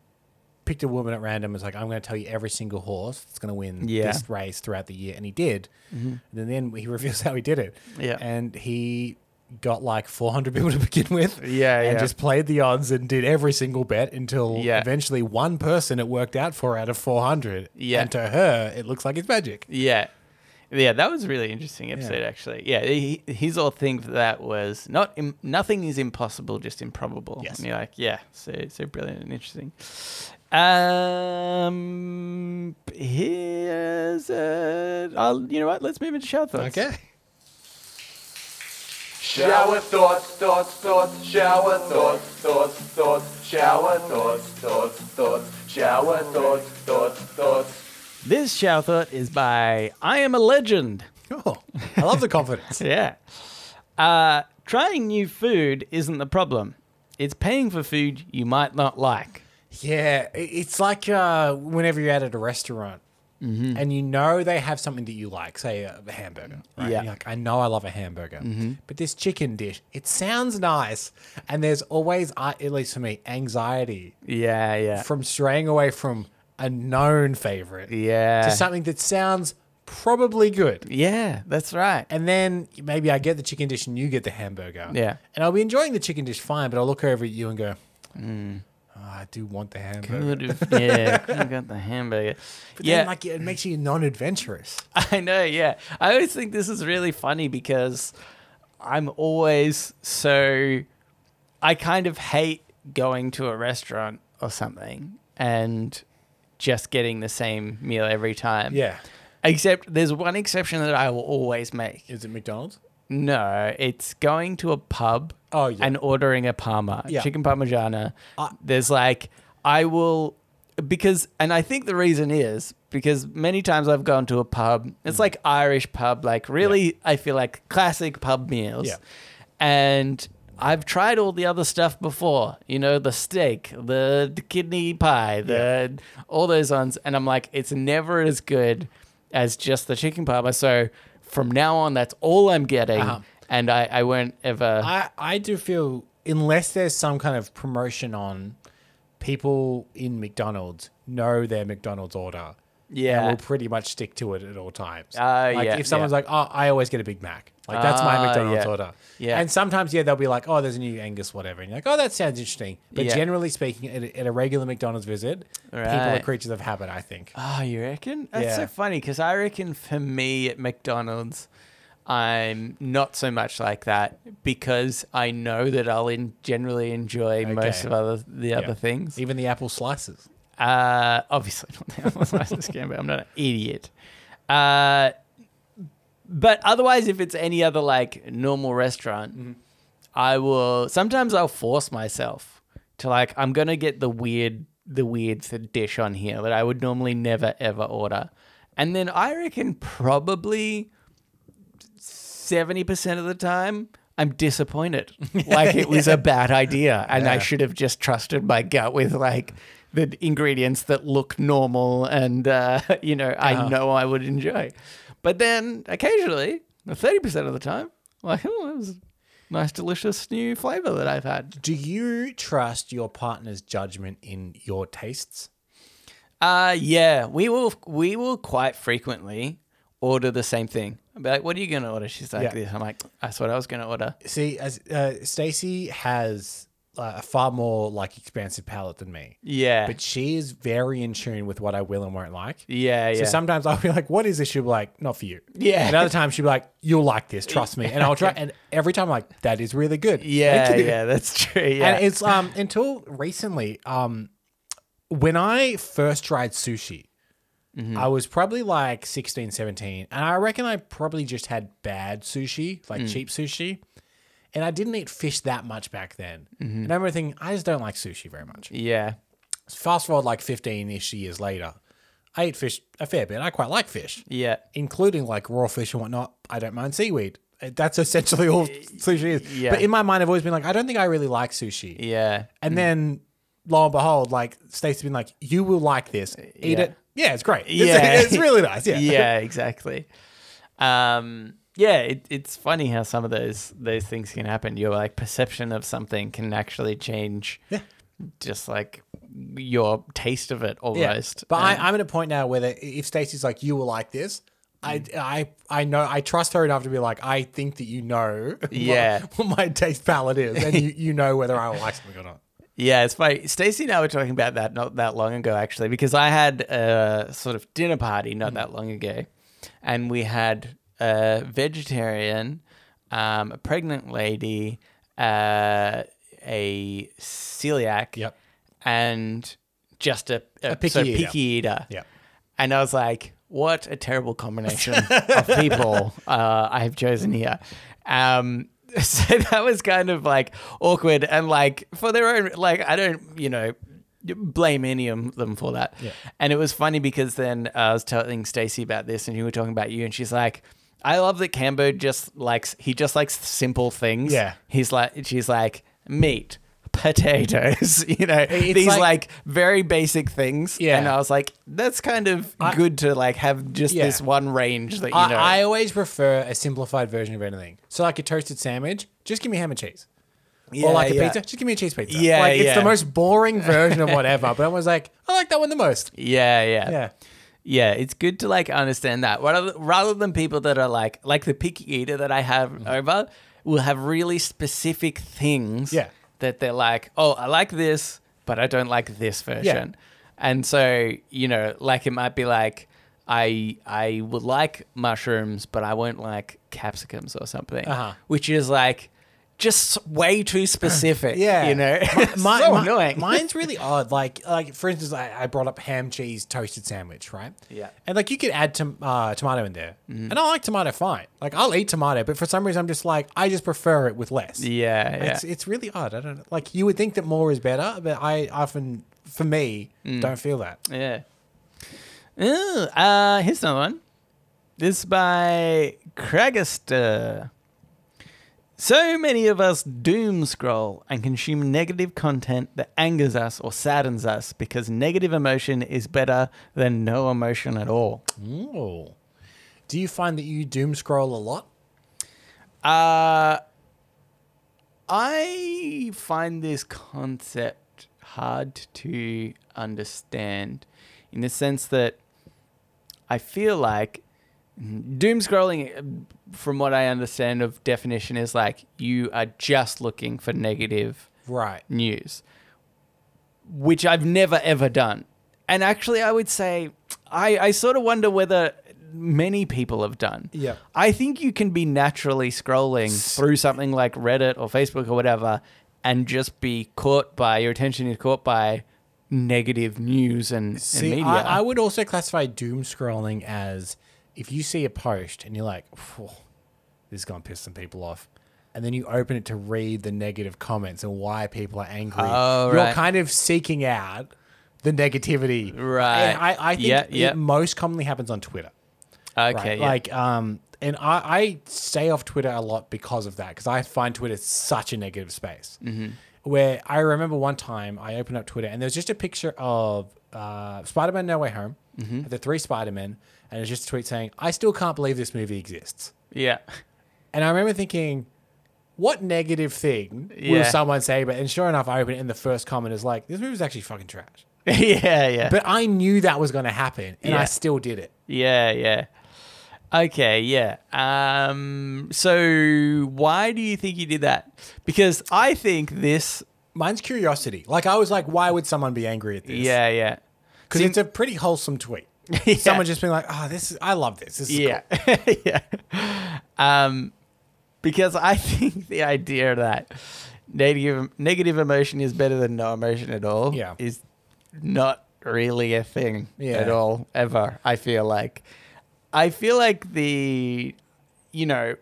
Speaker 2: picked a woman at random and was like, I'm gonna tell you every single horse that's gonna win
Speaker 1: Yeah. Mm-hmm.
Speaker 2: this race throughout the year and he did. And then he reveals how he did it.
Speaker 1: Yeah.
Speaker 2: And he got like four hundred people to begin with.
Speaker 1: Yeah,
Speaker 2: And
Speaker 1: yeah.
Speaker 2: just played the odds and did every single bet until
Speaker 1: Yeah.
Speaker 2: eventually one person it worked out for out of four hundred.
Speaker 1: Yeah.
Speaker 2: And to her it looks like it's magic.
Speaker 1: Yeah. Yeah, that was a really interesting episode, actually. Yeah, he, his whole thing for that was not Im- nothing is impossible, just improbable.
Speaker 2: Yes.
Speaker 1: And you're like, yeah, so so brilliant and interesting. Um, here's a, I'll, you know what? Let's move into shower thoughts.
Speaker 2: Okay.
Speaker 4: Shower thoughts, thoughts, thoughts, shower thoughts, thoughts, thoughts, shower thoughts, thoughts, thoughts, shower thoughts, thoughts, thoughts.
Speaker 1: This shower thought is by I am a legend.
Speaker 2: Cool. I love the confidence.
Speaker 1: Yeah. Uh, trying new food isn't the problem. It's paying for food you might not like.
Speaker 2: Yeah, i- it's like uh, whenever you're out at a restaurant
Speaker 1: Mm-hmm.
Speaker 2: and you know they have something that you like, say uh, a hamburger. Right?
Speaker 1: Yeah. Mm-hmm.
Speaker 2: And You're like, I know I love a hamburger, but this chicken dish, it sounds nice. And there's always, uh, at least for me, anxiety
Speaker 1: Yeah, yeah.
Speaker 2: from straying away from a known favorite
Speaker 1: yeah.
Speaker 2: to something that sounds probably good.
Speaker 1: Yeah, that's right.
Speaker 2: And then maybe I get the chicken dish and you get the hamburger.
Speaker 1: Yeah.
Speaker 2: And I'll be enjoying the chicken dish fine, but I'll look over at you and go,
Speaker 1: Mm.
Speaker 2: "Oh, I do want the hamburger.
Speaker 1: Could have, yeah, could have got the hamburger.
Speaker 2: But
Speaker 1: yeah,
Speaker 2: then, like, it makes you non-adventurous.
Speaker 1: I know. Yeah, I always think this is really funny because I'm always so. I kind of hate going to a restaurant or something and just getting the same meal every time.
Speaker 2: Yeah.
Speaker 1: Except there's one exception that I will always make.
Speaker 2: Is it McDonald's?
Speaker 1: No, it's going to a pub
Speaker 2: Oh, yeah.
Speaker 1: and ordering a parma,
Speaker 2: Yeah.
Speaker 1: chicken parmigiana.
Speaker 2: I-
Speaker 1: There's like, I will, because, and I think the reason is because many times I've gone to a pub, it's
Speaker 2: Mm.
Speaker 1: like Irish pub, like really, I feel like classic pub meals.
Speaker 2: Yeah.
Speaker 1: And I've tried all the other stuff before, you know, the steak, the, the kidney pie, the all those ones. And I'm like, it's never as good as just the chicken parma. So from now on, that's all I'm getting.
Speaker 2: Uh-huh.
Speaker 1: And I, I won't ever.
Speaker 2: I, I do feel unless there's some kind of promotion on, people in McDonald's know their McDonald's order. And
Speaker 1: yeah.
Speaker 2: will pretty much stick to it at all times.
Speaker 1: Ah,
Speaker 2: like
Speaker 1: yeah,
Speaker 2: if someone's
Speaker 1: yeah.
Speaker 2: like, "Oh, I always get a Big Mac," like that's
Speaker 1: Ah,
Speaker 2: my McDonald's
Speaker 1: yeah.
Speaker 2: order.
Speaker 1: Yeah.
Speaker 2: And sometimes, yeah, they'll be like, "Oh, there's a new Angus whatever," and you're like, "Oh, that sounds interesting." But
Speaker 1: Yeah.
Speaker 2: generally speaking, at a, at a regular McDonald's visit, people are
Speaker 1: Right.
Speaker 2: creatures of habit. I think.
Speaker 1: Oh, you reckon? That's so
Speaker 2: Yeah.
Speaker 1: funny because I reckon for me at McDonald's, I'm not so much like that because I know that I'll in generally enjoy most
Speaker 2: Okay.
Speaker 1: of other the
Speaker 2: Yeah.
Speaker 1: other things.
Speaker 2: Even the apple slices.
Speaker 1: Uh, obviously not the Amazon license scam, but I'm not an idiot. Uh, but otherwise, if it's any other like normal restaurant, I will. Sometimes I'll force myself to like I'm gonna get the weird the weird th- dish on here that I would normally never ever order, and then I reckon probably seventy percent of the time. I'm disappointed. Like it was a bad idea, and I
Speaker 2: Yeah.
Speaker 1: should have just trusted my gut with like the ingredients that look normal and uh, you know I know I would enjoy. But then occasionally, thirty percent of the time, like oh, that was a nice, delicious new flavor that I've had.
Speaker 2: Do you trust your partner's judgment in your tastes?
Speaker 1: Uh yeah, we will we will quite frequently order the same thing. I'll be like, "What are you gonna order?" She's like,
Speaker 2: Yeah.
Speaker 1: "This." I'm like, "That's what I was gonna order."
Speaker 2: See, as uh, Stacy has uh, a far more like expansive palate than me,
Speaker 1: Yeah,
Speaker 2: but she is very in tune with what I will and won't like.
Speaker 1: yeah, yeah.
Speaker 2: So sometimes I'll be like, "What is this?" She'll be like, "Not for you."
Speaker 1: Yeah.
Speaker 2: And other times she'll be like, "You'll like this, trust me." And I'll try. And every time I'm like, "That is really good."
Speaker 1: yeah,
Speaker 2: Thank you."
Speaker 1: yeah, that's true. Yeah,
Speaker 2: And it's um until recently, um when I first tried sushi,
Speaker 1: Mm-hmm.
Speaker 2: I was probably like 16, 17, and I reckon I probably just had bad sushi, like
Speaker 1: Mm.
Speaker 2: cheap sushi. And I didn't eat fish that much back then. And I remember thinking, I just don't like sushi very much.
Speaker 1: Mm-hmm. yeah.
Speaker 2: Fast forward like 15 ish years later, I eat fish a fair bit. I quite like fish,
Speaker 1: Yeah.
Speaker 2: including like raw fish and whatnot. I don't mind seaweed. That's essentially all sushi is.
Speaker 1: Yeah. Mm.
Speaker 2: But in my mind, I've always been like, I don't think I really like sushi.
Speaker 1: Yeah.
Speaker 2: And then lo and behold, like Stacey's been like, you will like this. Eat
Speaker 1: Yeah.
Speaker 2: it. Yeah, it's great. It's,
Speaker 1: Yeah.
Speaker 2: it's really nice. Yeah.
Speaker 1: yeah, exactly. Um, yeah, it, it's funny how some of those those things can happen. Your like perception of something can actually change, just like your taste of it
Speaker 2: Yeah.
Speaker 1: almost.
Speaker 2: But
Speaker 1: And-
Speaker 2: I, I'm at a point now where the, if Stacey's like, you will like this, I,
Speaker 1: Mm.
Speaker 2: I, I know, I trust her enough to be like, I think that you know what-
Speaker 1: Yeah.
Speaker 2: what, my taste palette is, and you, you know whether I will like something or not.
Speaker 1: Yeah, it's funny. Stacey and I were talking about that not that long ago, actually, because I had a sort of dinner party not
Speaker 2: Mm.
Speaker 1: that long ago, and we had a vegetarian, um, a pregnant lady, uh, a celiac,
Speaker 2: Yep.
Speaker 1: and just a, a,
Speaker 2: picky
Speaker 1: sort of
Speaker 2: eater.
Speaker 1: picky eater.
Speaker 2: Yep.
Speaker 1: And I was like, what a terrible combination of people uh, I have chosen here. Um, so that was kind of like awkward and like for their own, like, I don't, you know, blame any of them for that. And it was funny because then uh, I was telling Stacey about this and you were talking about you and she's like, I love that Cambo just likes, he just likes simple things.
Speaker 2: Yeah.
Speaker 1: He's like, she's like, meat. Potatoes, you know,
Speaker 2: It's
Speaker 1: these
Speaker 2: like-
Speaker 1: like, very basic things.
Speaker 2: Yeah.
Speaker 1: And I was like, that's kind of good to like have just
Speaker 2: Yeah.
Speaker 1: this one range that you know.
Speaker 2: I, I always prefer a simplified version of anything. So, like a toasted sandwich, just give me ham and cheese. or like a
Speaker 1: yeah.
Speaker 2: pizza, just give me a cheese pizza.
Speaker 1: Yeah,
Speaker 2: like it's
Speaker 1: yeah.
Speaker 2: the most boring version of whatever. but I was like, I like that one the most.
Speaker 1: Yeah, yeah, yeah.
Speaker 2: Yeah,
Speaker 1: it's good to like understand that. Rather, rather than people that are like, like the picky eater that I have
Speaker 2: Mm-hmm.
Speaker 1: over, will have really specific things
Speaker 2: Yeah.
Speaker 1: that they're like, oh, I like this, but I don't like this version. And so, you know, like it might be like, I I would like mushrooms, but I won't like capsicums or something,
Speaker 2: Uh-huh.
Speaker 1: which is like just way too specific.
Speaker 2: yeah.
Speaker 1: you know,
Speaker 2: my,
Speaker 1: so
Speaker 2: my-
Speaker 1: annoying.
Speaker 2: Mine's really odd. Like, like for instance, I, I brought up ham cheese toasted sandwich, right?
Speaker 1: Yeah. Mm-hmm.
Speaker 2: And like you could add tom- uh, tomato in there, and I like tomato fine. Like I'll eat tomato, but for some reason I'm just like I just prefer it with less.
Speaker 1: yeah, yeah.
Speaker 2: It's it's really odd. I don't know. Like you would think that more is better, but I often, for me,
Speaker 1: Mm.
Speaker 2: don't feel that.
Speaker 1: Yeah. Ooh, uh, here's another one. This is by Kragaster. So many of us doom scroll and consume negative content that angers us or saddens us because negative emotion is better than no emotion at all.
Speaker 2: Ooh. Do you find that you doom scroll a lot?
Speaker 1: Uh, I find this concept hard to understand in the sense that I feel like doom scrolling, uh, from what I understand of definition, is like you are just looking for negative
Speaker 2: Right.
Speaker 1: news, which I've never ever done. And actually, I would say I, I sort of wonder whether many people have done.
Speaker 2: Yeah.
Speaker 1: I think you can be naturally scrolling through something like Reddit or Facebook or whatever and just be caught by your attention is caught by negative news and, and
Speaker 2: See,
Speaker 1: media.
Speaker 2: I, I would also classify doom scrolling as if you see a post and you're like, "Phew, this is going to piss some people off. And then you open it to read the negative comments and why people are angry.
Speaker 1: Oh,
Speaker 2: you're
Speaker 1: right.
Speaker 2: kind of seeking out the negativity.
Speaker 1: Right.
Speaker 2: And I, I think
Speaker 1: Yeah,
Speaker 2: it
Speaker 1: yeah.
Speaker 2: most commonly happens on Twitter.
Speaker 1: okay,
Speaker 2: Right.
Speaker 1: yeah.
Speaker 2: Like, um, and I, I stay off Twitter a lot because of that, because I find Twitter such a negative space. Mm-hmm. Where I remember one time I opened up Twitter and there was just a picture of uh, Spider Man No Way Home,
Speaker 1: Mm-hmm.
Speaker 2: the three Spider Men, and it was just a tweet saying, I still can't believe this movie exists.
Speaker 1: yeah.
Speaker 2: And I remember thinking, what negative thing will
Speaker 1: Yeah.
Speaker 2: someone say? But and sure enough, I opened it, and the first comment is like, "This movie's actually fucking trash."
Speaker 1: yeah, yeah.
Speaker 2: But I knew that was going to happen, and I
Speaker 1: Yeah.
Speaker 2: still did it.
Speaker 1: Yeah, yeah. Okay, yeah. Um so why do you think you did that? Because I think this
Speaker 2: Mine's curiosity. Like I was like, why would someone be angry at this?
Speaker 1: Yeah, yeah.
Speaker 2: because it's a pretty wholesome tweet.
Speaker 1: Yeah.
Speaker 2: Someone just being like, "Oh, this is I love this. This is
Speaker 1: yeah.
Speaker 2: cool."
Speaker 1: yeah. Um because I think the idea that negative negative emotion is better than no emotion at all
Speaker 2: Yeah.
Speaker 1: is not really a thing
Speaker 2: Yeah.
Speaker 1: at all ever, I feel like. I feel like the you know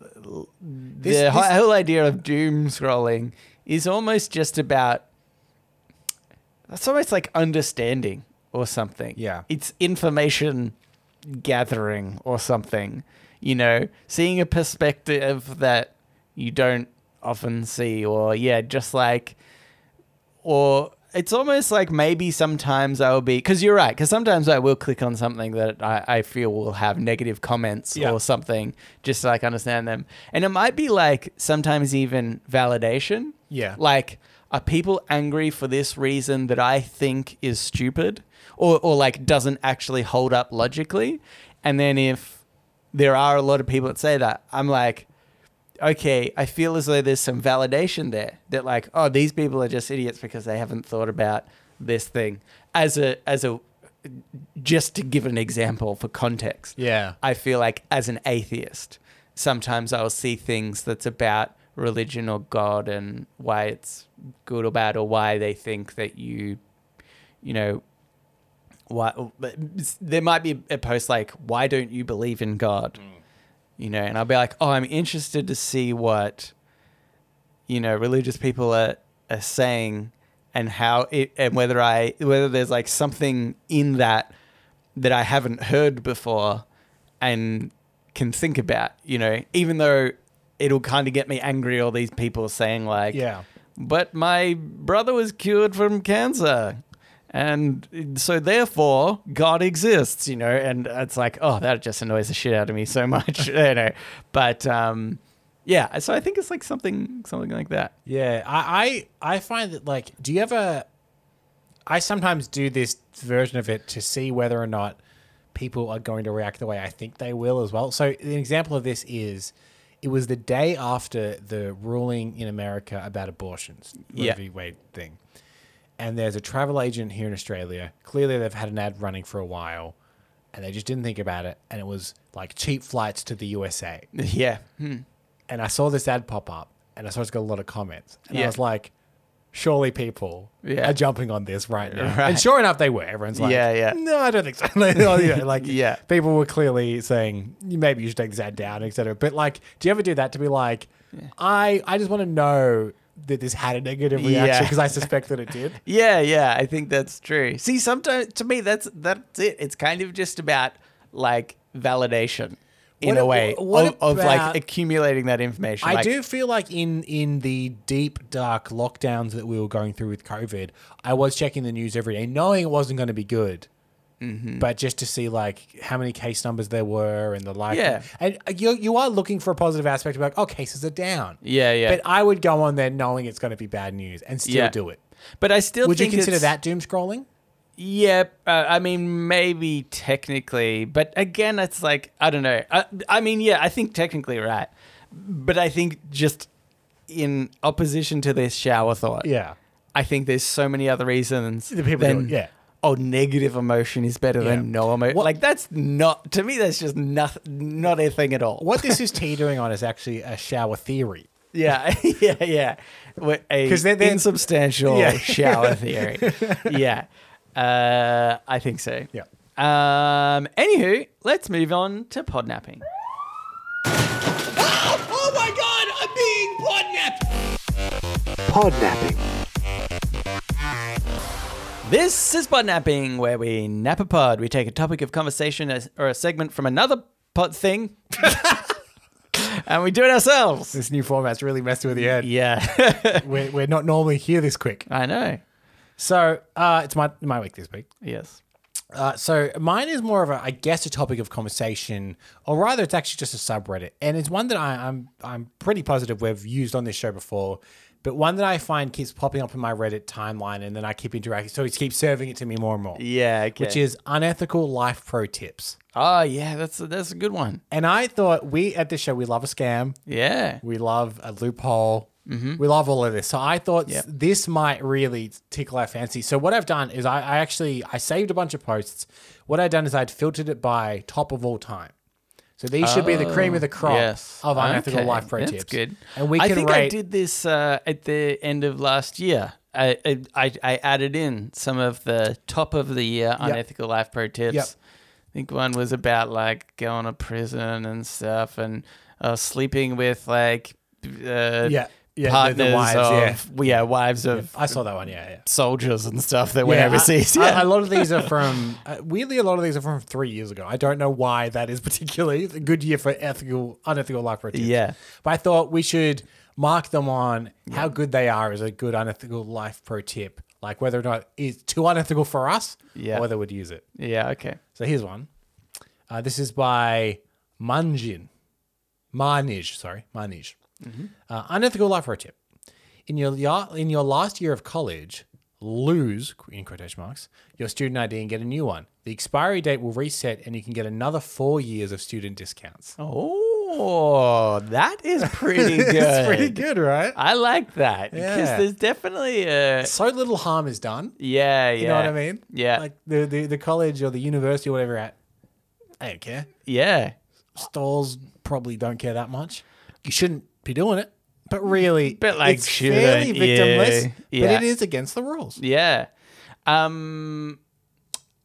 Speaker 2: This,
Speaker 1: the
Speaker 2: this-
Speaker 1: whole- whole idea of doom scrolling is almost just about that's almost like understanding or something
Speaker 2: Yeah.
Speaker 1: it's information gathering or something you know seeing a perspective that you don't often see or yeah just like or it's almost like maybe sometimes I will be because you're right because sometimes I will click on something that I, I feel will have negative comments
Speaker 2: Yeah.
Speaker 1: or something just so I can understand them and it might be like sometimes even validation
Speaker 2: Yeah.
Speaker 1: like are people angry for this reason that I think is stupid or or like doesn't actually hold up logically and then if there are a lot of people that say that I'm like okay, I feel as though there's some validation there that like, oh, these people are just idiots because they haven't thought about this thing. As a as a just to give an example for context.
Speaker 2: Yeah.
Speaker 1: I feel like as an atheist, sometimes I'll see things that's about religion or God and why it's good or bad or why they think that you you know why but there might be a post like why don't you believe in god you know and i'll be like oh i'm interested to see what you know religious people are, are saying and how it and whether i whether there's like something in that that i haven't heard before and can think about you know even though it'll kind of get me angry all these people saying like
Speaker 2: Yeah.
Speaker 1: but my brother was cured from cancer. And so, therefore, God exists, you know? And it's like, oh, that just annoys the shit out of me so much, you know? But um, yeah, so I think it's like something something like that.
Speaker 2: Yeah, I, I I find that like, do you ever? I sometimes do this version of it to see whether or not people are going to react the way I think they will as well. So an example of this is, it was the day after the ruling in America about abortions, Roe
Speaker 1: Yeah.
Speaker 2: v. Wade thing, and there's a travel agent here in Australia. Clearly, they've had an ad running for a while, and they just didn't think about it, and it was like cheap flights to the USA
Speaker 1: Yeah.
Speaker 2: and I saw this ad pop up and I saw it's got a lot of comments. And I
Speaker 1: Yeah.
Speaker 2: was like, surely people
Speaker 1: Yeah.
Speaker 2: are jumping on this right now.
Speaker 1: Right.
Speaker 2: And sure enough, they were. Everyone's like,
Speaker 1: Yeah, yeah.
Speaker 2: no, I don't think so. like, oh, yeah, like,
Speaker 1: Yeah.
Speaker 2: people were clearly saying, maybe you should take this ad down, etc. But like, do you ever do that to be like, I, I just want to know that this had a negative
Speaker 1: Yeah.
Speaker 2: reaction because I suspect that it did.
Speaker 1: Yeah, yeah, I think that's true. See, sometimes to me, that's that's it. It's kind of just about like validation in
Speaker 2: What
Speaker 1: a
Speaker 2: a-
Speaker 1: way
Speaker 2: what
Speaker 1: of, of like
Speaker 2: about-
Speaker 1: accumulating that information.
Speaker 2: I
Speaker 1: like-
Speaker 2: do feel like in in the deep dark lockdowns that we were going through with COVID, I was checking the news every day, knowing it wasn't going to be good,
Speaker 1: Mm-hmm.
Speaker 2: but just to see like how many case numbers there were and the like.
Speaker 1: Yeah.
Speaker 2: and uh, you you are looking for a positive aspect of like, oh, cases are down.
Speaker 1: Yeah, yeah.
Speaker 2: But I would go on there knowing it's going to be bad news and still
Speaker 1: Yeah.
Speaker 2: do it.
Speaker 1: But I still
Speaker 2: Would you
Speaker 1: think
Speaker 2: consider
Speaker 1: it's-
Speaker 2: that doom scrolling?
Speaker 1: Yeah, uh, I mean, maybe technically, but again, it's like I don't know. I, I mean, yeah, I think technically right, but I think just in opposition to this shower thought,
Speaker 2: Yeah,
Speaker 1: I think there's so many other reasons.
Speaker 2: The people do it, yeah.
Speaker 1: Oh, negative emotion is better than
Speaker 2: Yeah.
Speaker 1: no emotion.
Speaker 2: What-
Speaker 1: Like that's not to me. That's just not not a thing at all.
Speaker 2: what this is teetering on is actually a shower theory.
Speaker 1: Yeah, yeah, yeah. Because a
Speaker 2: 'Cause they're- they're-
Speaker 1: insubstantial
Speaker 2: Yeah.
Speaker 1: shower theory. yeah, uh, I think so.
Speaker 2: Yeah.
Speaker 1: Um. Anywho, let's move on to podnapping.
Speaker 5: Oh my god, I'm being podnapped!
Speaker 1: This is podnapping, where we nap a pod. We take a topic of conversation as- or a segment from another pod thing, and we do it ourselves.
Speaker 2: This new format's really messing with your head.
Speaker 1: Yeah,
Speaker 2: We're, we're not normally here this quick.
Speaker 1: I know.
Speaker 2: So uh, it's my my week this week.
Speaker 1: Yes.
Speaker 2: Uh, so mine is more of a, I guess, a topic of conversation, or rather, it's actually just a subreddit, and it's one that I, I'm I'm pretty positive we've used on this show before, but one that I find keeps popping up in my Reddit timeline, and then I keep interacting, so it keeps serving it to me more and more.
Speaker 1: Yeah. Okay.
Speaker 2: Which is unethical life pro tips,
Speaker 1: Oh yeah, that's a, that's a good one.
Speaker 2: and I thought we at this show we love a scam,
Speaker 1: Yeah.
Speaker 2: we love a loophole.
Speaker 1: Mm-hmm.
Speaker 2: We love all of this. So I thought
Speaker 1: Yep.
Speaker 2: this might really tickle our fancy. So what I've done is I, I actually I saved a bunch of posts. What I'd done is I'd filtered it by top of all time. So these should be the cream of the crop
Speaker 1: Oh, yes.
Speaker 2: of unethical
Speaker 1: Okay,
Speaker 2: life pro
Speaker 1: that's
Speaker 2: tips.
Speaker 1: good.
Speaker 2: And we
Speaker 1: I
Speaker 2: can
Speaker 1: think
Speaker 2: rate.
Speaker 1: I did this uh, at the end of last year. I, I I I added in some of the top of the year unethical life pro tips.
Speaker 2: Yep.
Speaker 1: I think one was about like going to prison and stuff, and uh, sleeping with like uh,
Speaker 2: Yeah. Yeah, the-
Speaker 1: partners
Speaker 2: the wives,
Speaker 1: of yeah. wives of
Speaker 2: I saw that one. Yeah, yeah.
Speaker 1: soldiers and stuff that went
Speaker 2: Yeah, I-
Speaker 1: overseas.
Speaker 2: I-
Speaker 1: yeah.
Speaker 2: a lot of these are from uh, weirdly. A lot of these are from three years ago. I don't know why that is particularly a good year for ethical, unethical life pro tips.
Speaker 1: Yeah.
Speaker 2: but I thought we should mark them on how good they are as a good unethical life pro tip. Like whether or not it's too unethical for us
Speaker 1: Yeah.
Speaker 2: or whether we'd use it.
Speaker 1: Yeah, okay.
Speaker 2: So here's one. Uh, this is by Manjin. Manij, sorry, Manij.
Speaker 1: Mm-hmm.
Speaker 2: Uh, unethical life pro tip. In your ya- in your last year of college, lose in quotation marks your student ID and get a new one. The expiry date will reset, and you can get another four years of student discounts.
Speaker 1: Oh, that is pretty good.
Speaker 2: it's pretty good, right?
Speaker 1: I like that because
Speaker 2: Yeah.
Speaker 1: there's definitely a
Speaker 2: So little harm is done.
Speaker 1: yeah, yeah.
Speaker 2: You know what I mean?
Speaker 1: Yeah,
Speaker 2: Like the, the the college or the university or whatever you're at, I don't care.
Speaker 1: yeah,
Speaker 2: Stalls probably don't care that much. You shouldn't be doing it. But really,
Speaker 1: But, like,
Speaker 2: it's
Speaker 1: shouldn't
Speaker 2: fairly
Speaker 1: you?
Speaker 2: victimless. But
Speaker 1: Yeah.
Speaker 2: it is against the rules.
Speaker 1: yeah. Um,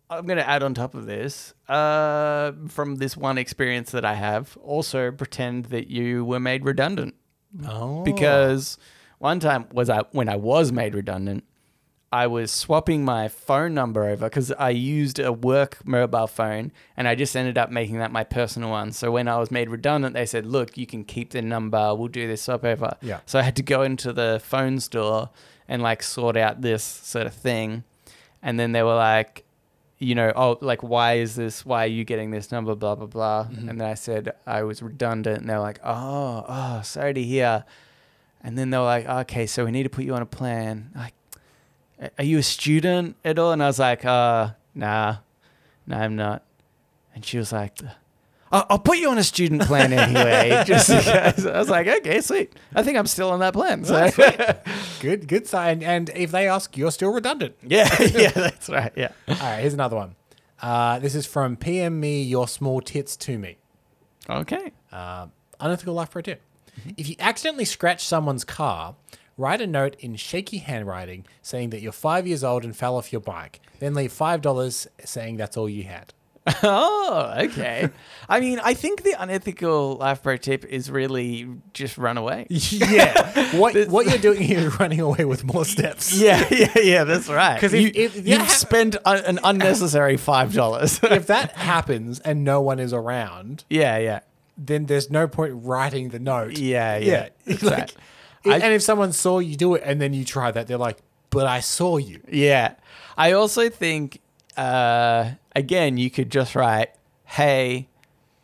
Speaker 1: I'm gonna add on top of this uh, from this one experience that I have. Also, pretend that you were made redundant.
Speaker 2: Oh,
Speaker 1: because one time was I when I was made redundant, I was swapping my phone number over because I used a work mobile phone and I just ended up making that my personal one. So when I was made redundant, they said, "Look, you can keep the number. We'll do this swap over."
Speaker 2: Yeah.
Speaker 1: So I had to go into the phone store and like sort out this sort of thing, and then they were like, you know, oh, like, why is this? Why are you getting this number? Blah, blah, blah. And then I said I was redundant. And they're like, oh, oh, sorry to hear. And then they were like, okay, so we need to put you on a plan. Like, "A- are you a student at all? And I was like, uh, nah, no, I'm not. And she was like, I'll, I'll put you on a student plan anyway. Just because. I was like, okay, sweet. I think I'm still on that plan. So.
Speaker 2: good, good sign. And if they ask, you're still redundant.
Speaker 1: yeah, yeah, that's right. Yeah.
Speaker 2: All right, here's another one. Uh, this is from PM me your small tits to me.
Speaker 1: Okay.
Speaker 2: Uh, unethical life pro tip. If you accidentally scratch someone's car, write a note in shaky handwriting saying that you're five years old and fell off your bike. Then leave five dollars saying that's all you had.
Speaker 1: Oh, okay. I mean, I think the unethical life pro tip is really just run away.
Speaker 2: Yeah, what what you're doing here is running away with more steps.
Speaker 1: Yeah, yeah, yeah. That's right.
Speaker 2: 'Cause if- if that hap-
Speaker 1: spent un- an unnecessary five dollars.
Speaker 2: If that happens and no one is around,
Speaker 1: yeah, yeah,
Speaker 2: then there's no point writing the note.
Speaker 1: yeah, yeah.
Speaker 2: Like,
Speaker 1: That's right. I-
Speaker 2: and if someone saw you do it and then you try that, they're like, "But I saw you."
Speaker 1: Yeah. I also think, uh, again, you could just write, "Hey,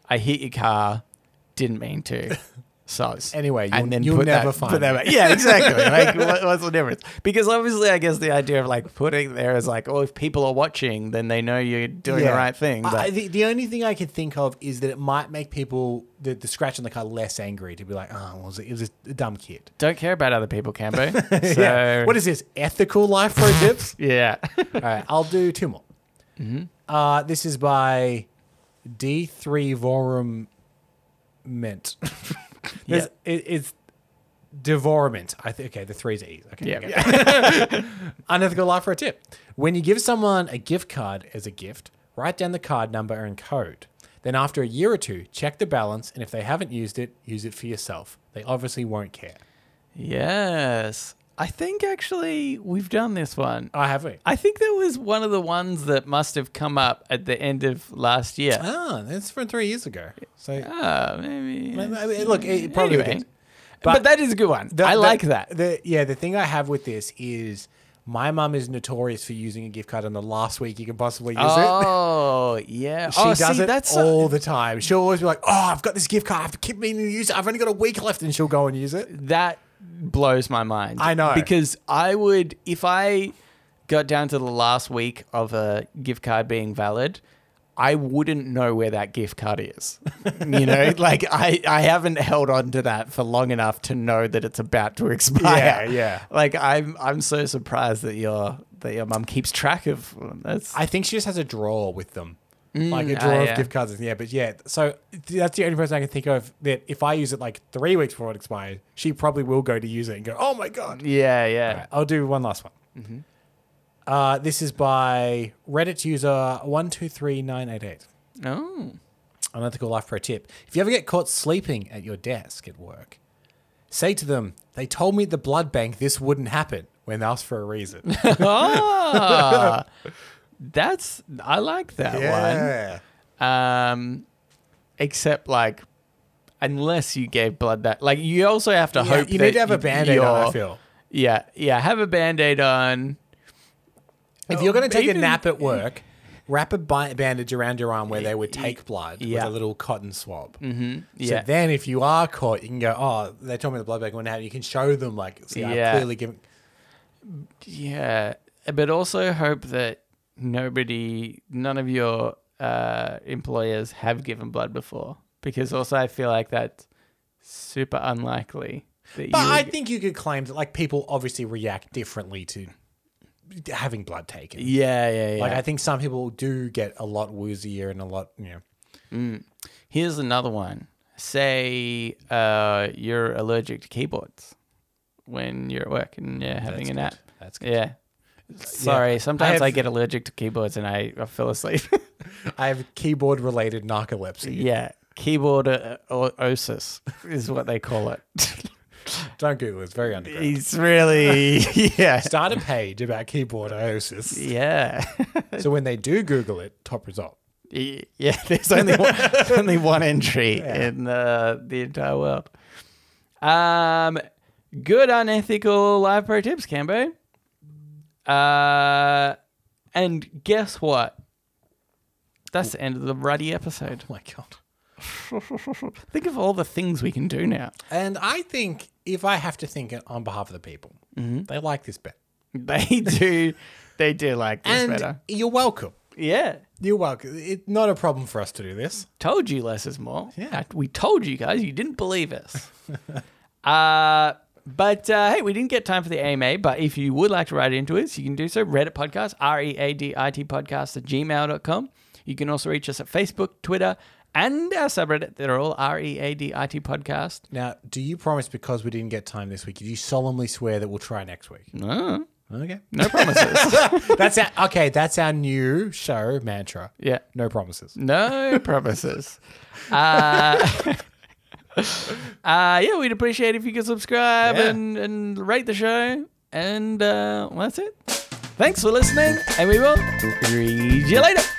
Speaker 1: I hit your car. Didn't mean to." So
Speaker 2: Anyway, you'll- you'll never
Speaker 1: that,
Speaker 2: find
Speaker 1: put that
Speaker 2: it.
Speaker 1: back. Yeah, exactly. Like, what, what's the difference? Because obviously, I guess the idea of like putting there is like, oh, if people are watching, then they know you're doing the right thing.
Speaker 2: I-
Speaker 1: But
Speaker 2: I, the, the only thing I could think of is that it might make people the, the scratch on the car less angry to be like, oh, well, it was a, it was a dumb kid.
Speaker 1: don't care about other people, Cambo. So,
Speaker 2: yeah. What is this ethical life pro tips?
Speaker 1: yeah.
Speaker 2: All right, I'll do two more. Uh, this is by D3 Vorum Mint. This- it, it's Devorment. I think. Okay, the three's E's. Okay.
Speaker 1: Yeah.
Speaker 2: okay. Unethical life for a tip. When you give someone a gift card as a gift, write down the card number and code. Then, after a year or two, check the balance, and if they haven't used it, use it for yourself. They obviously won't care.
Speaker 1: yes. I think actually we've done this one.
Speaker 2: I have it.
Speaker 1: I think that was one of the ones that must have come up at the end of last year.
Speaker 2: Ah, that's from three years ago. So,
Speaker 1: Ah, maybe.
Speaker 2: I mean, look, it probably
Speaker 1: Anyway.
Speaker 2: did.
Speaker 1: But, that is a good one.
Speaker 2: The-
Speaker 1: I
Speaker 2: the-
Speaker 1: like that.
Speaker 2: The, yeah, the thing I have with this is my mum is notorious for using a gift card on the last week you can possibly use it.
Speaker 1: Oh, yeah.
Speaker 2: She
Speaker 1: oh,
Speaker 2: does
Speaker 1: see,
Speaker 2: it
Speaker 1: that's a-
Speaker 2: all the time. She'll always be like, "Oh, I've got this gift card. I've kept meaning to use it. I've only got a week left," and she'll go and use it.
Speaker 1: that blows my mind.
Speaker 2: I know.
Speaker 1: Because I would, if I got down to the last week of a gift card being valid, I wouldn't know where that gift card is. you know, like I, I haven't held on to that for long enough to know that it's about to expire.
Speaker 2: Yeah, yeah.
Speaker 1: Like I'm, I'm so surprised that your that your mum keeps track of that's.
Speaker 2: I think she just has a drawer with them, like a
Speaker 1: ah,
Speaker 2: drawer
Speaker 1: yeah.
Speaker 2: of gift cards. Yeah, but yeah, so that's the only person I can think of that if I use it like three weeks before it expires, she probably will go to use it and go, "Oh my god."
Speaker 1: yeah, yeah.
Speaker 2: All right, I'll do one last one.
Speaker 1: Mm-hmm.
Speaker 2: Uh, this is by Reddit user one two three nine eight eight.
Speaker 1: Oh,
Speaker 2: Unethical life pro tip: If you ever get caught sleeping at your desk at work, say to them, "They told me at the blood bank this wouldn't happen." When asked for a reason,
Speaker 1: Ah, that's I like that one.
Speaker 2: yeah,
Speaker 1: Um, except like unless you gave blood that. Like you also have to
Speaker 2: Yeah,
Speaker 1: hope
Speaker 2: you
Speaker 1: that
Speaker 2: need to have a band-aid on, I
Speaker 1: you're-
Speaker 2: feel.
Speaker 1: Yeah, yeah, have a band-aid on.
Speaker 2: If you're going to take
Speaker 1: even-
Speaker 2: a nap at work, wrap a bi- bandage around your arm where they would take blood
Speaker 1: Yeah. Mm-hmm.
Speaker 2: with a little cotton swab.
Speaker 1: Yeah.
Speaker 2: So then, if you are caught, you can go, "Oh, they told me the blood bag went out." You can show them, like, "See,
Speaker 1: Yeah.
Speaker 2: I'm clearly giving."
Speaker 1: Yeah, but also hope that nobody, none of your uh, employers have given blood before, because also I feel like that's super unlikely. That
Speaker 2: But
Speaker 1: you
Speaker 2: I
Speaker 1: would-
Speaker 2: think you could claim that, like, people obviously react differently to having blood taken.
Speaker 1: yeah, yeah, yeah.
Speaker 2: Like, I think some people do get a lot woozier and a lot, you know.
Speaker 1: Here's another one. Say uh, you're allergic to keyboards when you're at work and you're having
Speaker 2: That's
Speaker 1: a
Speaker 2: good.
Speaker 1: nap.
Speaker 2: That's good.
Speaker 1: Yeah. Sorry,
Speaker 2: I
Speaker 1: sometimes I
Speaker 2: have-
Speaker 1: get allergic to keyboards and I, I fell asleep.
Speaker 2: I have keyboard-related narcolepsy.
Speaker 1: yeah, keyboard uh, o- osis is what they call it.
Speaker 2: Don't Google; it, it's very underground.
Speaker 1: He's really yeah.
Speaker 2: Start a page about keyboard iosis.
Speaker 1: Yeah.
Speaker 2: So when they do Google it, top result.
Speaker 1: yeah, there's only one, only one entry in uh, the entire world. Um good unethical live pro tips, Cambo. Uh and guess what? That's the end of the ruddy episode.
Speaker 2: Oh my god.
Speaker 1: Think of all the things we can do now.
Speaker 2: And I think if I have to think it on behalf of the people,
Speaker 1: Mm-hmm.
Speaker 2: they like this bet.
Speaker 1: They do they do like this
Speaker 2: And
Speaker 1: better.
Speaker 2: you're welcome.
Speaker 1: Yeah.
Speaker 2: You're welcome. It's not a problem for us to do this.
Speaker 1: told you less is more.
Speaker 2: Yeah.
Speaker 1: We told you guys, you didn't believe us. uh, but uh, hey, we didn't get time for the AMA, but if you would like to write into us, you can do so. Reddit podcast, R E A D I T podcast at gmail.com. You can also reach us at Facebook, Twitter, and our subreddit. They're all R E A D I T podcast.
Speaker 2: Now, do you promise because we didn't get time this week, do you solemnly swear that we'll try next week?
Speaker 1: No,
Speaker 2: Okay.
Speaker 1: no promises.
Speaker 2: That's our, okay, that's our new show mantra.
Speaker 1: yeah.
Speaker 2: No promises.
Speaker 1: No promises. uh, uh, yeah, we'd appreciate if you could subscribe
Speaker 2: Yeah.
Speaker 1: and, and rate the show. And uh, well, that's it. Thanks for listening, and we will read you later.